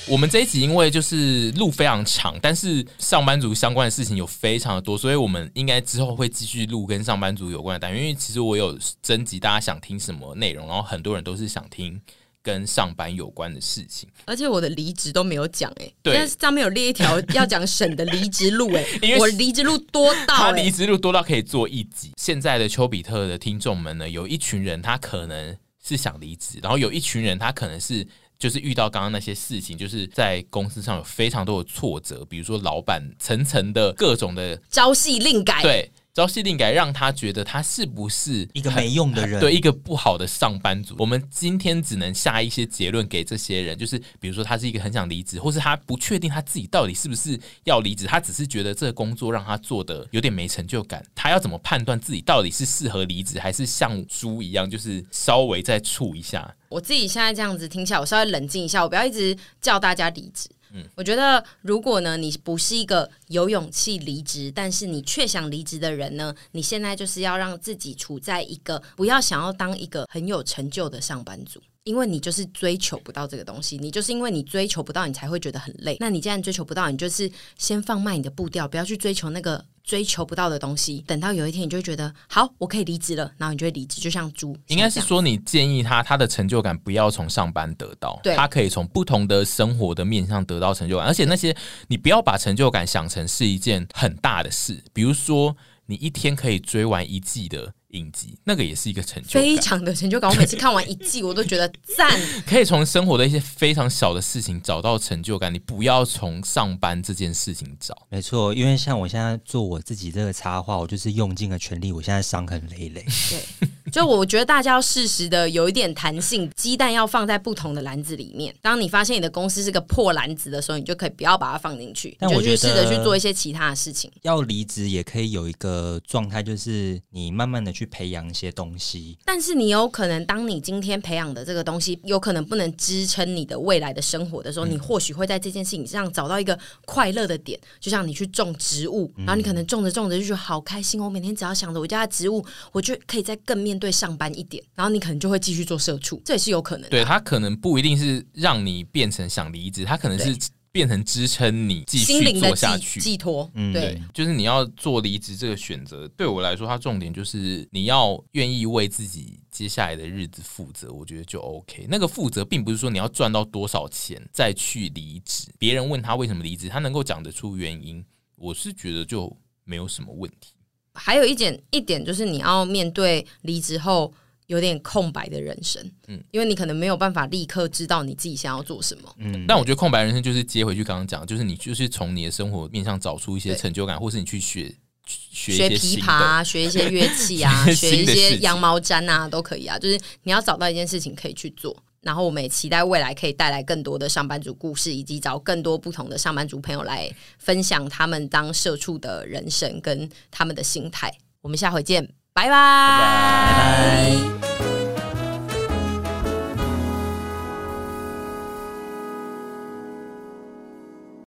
[SPEAKER 2] 我们这一集因为就是路非常长，但是上班族相关的事情有非常的多，所以我们应该之后会继续录跟上班族有关的单元。因为其实我有征集大家想听什么内容，然后很多人都是想听跟上班有关的事情。
[SPEAKER 1] 而且我的离职都没有讲哎、
[SPEAKER 2] 对
[SPEAKER 1] 但是上面有列一条要讲省的离职路哎、
[SPEAKER 2] 因为
[SPEAKER 1] 我离职路多
[SPEAKER 2] 他
[SPEAKER 1] 到哎、
[SPEAKER 2] 离职路多到可以做一集。现在的丘比特的听众们呢，有一群人他可能是想离职，然后有一群人他可能是就是遇到刚刚那些事情，就是在公司上有非常多的挫折，比如说老板层层的各种的
[SPEAKER 1] 朝夕令改，
[SPEAKER 2] 对。朝夕令改让他觉得他是不是
[SPEAKER 3] 一个
[SPEAKER 2] 很
[SPEAKER 3] 没用的人，
[SPEAKER 2] 对一个不好的上班族，我们今天只能下一些结论给这些人，就是比如说他是一个很想离职，或是他不确定他自己到底是不是要离职，他只是觉得这个工作让他做的有点没成就感，他要怎么判断自己到底是适合离职，还是像猪一样，就是稍微再触一下？
[SPEAKER 1] 我自己现在这样子听起来，我稍微冷静一下，我不要一直叫大家离职。
[SPEAKER 2] 嗯
[SPEAKER 1] 我觉得，如果呢，你不是一个有勇气离职，但是你却想离职的人呢，你现在就是要让自己处在一个不要想要当一个很有成就的上班族，因为你就是追求不到这个东西，你就是因为你追求不到，你才会觉得很累。那你既然追求不到，你就是先放慢你的步调，不要去追求那个追求不到的东西。等到有一天，你就会觉得好，我可以离职了，然后你就会离职，就像猪。
[SPEAKER 2] 应
[SPEAKER 1] 像
[SPEAKER 2] 该
[SPEAKER 1] 这
[SPEAKER 2] 是
[SPEAKER 1] 样
[SPEAKER 2] 说你建议他他的成就感不要从上班得到
[SPEAKER 1] 对，
[SPEAKER 2] 他可以从不同的生活的面向得到成就感，而且那些你不要把成就感想成是一件很大的事，比如说你一天可以追完一季的影集，那个也是一个成就
[SPEAKER 1] 非
[SPEAKER 2] 感。
[SPEAKER 1] 常的成就感。我每次看完一季，我都觉得赞。
[SPEAKER 2] 可以从生活的一些非常小的事情找到成就感，你不要从上班这件事情找。
[SPEAKER 3] 没错，因为像我现在做我自己这个插画，我就是用尽了全力，我现在伤痕累累。
[SPEAKER 1] 对，就我觉得大家要适时的有一点弹性，鸡蛋要放在不同的篮子里面。当你发现你的公司是个破篮子的时候，你就可以不要把它放进去，
[SPEAKER 3] 但
[SPEAKER 1] 你就
[SPEAKER 3] 我
[SPEAKER 1] 去试
[SPEAKER 3] 觉
[SPEAKER 1] 着
[SPEAKER 3] 得
[SPEAKER 1] 去做一些其他的事情。
[SPEAKER 3] 要离职也可以有一个状态，就是你慢慢的去培养一些东西。
[SPEAKER 1] 但是你有可能，当你今天培养的这个东西，有可能不能支撑你的未来的生活的
[SPEAKER 2] 嗯
[SPEAKER 1] 时候，你或许会在这件事情上找到一个快乐的点。就像你去种植物，
[SPEAKER 2] 嗯
[SPEAKER 1] 然后你可能种着种着就觉得好开心哦，我每天只要想着我家的植物，我就可以再更面对上班一点，然后你可能就会继续做社畜，这也是有可能的
[SPEAKER 2] 对他可能不一定是让你变成想离职，他可能是变成支撑你继
[SPEAKER 1] 心
[SPEAKER 2] 续
[SPEAKER 1] 灵的
[SPEAKER 2] 做下
[SPEAKER 1] 寄
[SPEAKER 2] 去。
[SPEAKER 1] 寄托。
[SPEAKER 3] 嗯
[SPEAKER 1] 对
[SPEAKER 2] 对，就是你要做离职这个选择，对我来说，它重点就是你要愿意为自己接下来的日子负责，我觉得就 OK。那个负责并不是说你要赚到多少钱再去离职，别人问他为什么离职，他能够讲得出原因，我是觉得就没有什么问题。
[SPEAKER 1] 还有一点一点就是你要面对离职后有点空白的人生，嗯
[SPEAKER 2] 嗯，
[SPEAKER 1] 因为你可能没有办法立刻知道你自己想要做什么。
[SPEAKER 3] 嗯，
[SPEAKER 2] 但我觉得空白人生就是接回去刚刚讲，就是你就是从你的生活面上找出一些
[SPEAKER 1] 对
[SPEAKER 2] 成就感，或是你去学学
[SPEAKER 1] 学
[SPEAKER 2] 一些
[SPEAKER 1] 琵
[SPEAKER 2] 新
[SPEAKER 1] 琶、
[SPEAKER 2] 的。
[SPEAKER 1] 啊，学一些乐器啊，
[SPEAKER 2] 学
[SPEAKER 1] 学一
[SPEAKER 2] 一些 新的事
[SPEAKER 1] 些
[SPEAKER 2] 情
[SPEAKER 1] 羊毛毡啊，都可以啊。就是你要找到一件事情可以去做，然后我们也期待未来可以带来更多的上班族故事，以及找更多不同的上班族朋友来分享他们当社畜的人生跟他们的心态。我们下回见，拜拜
[SPEAKER 3] 拜拜。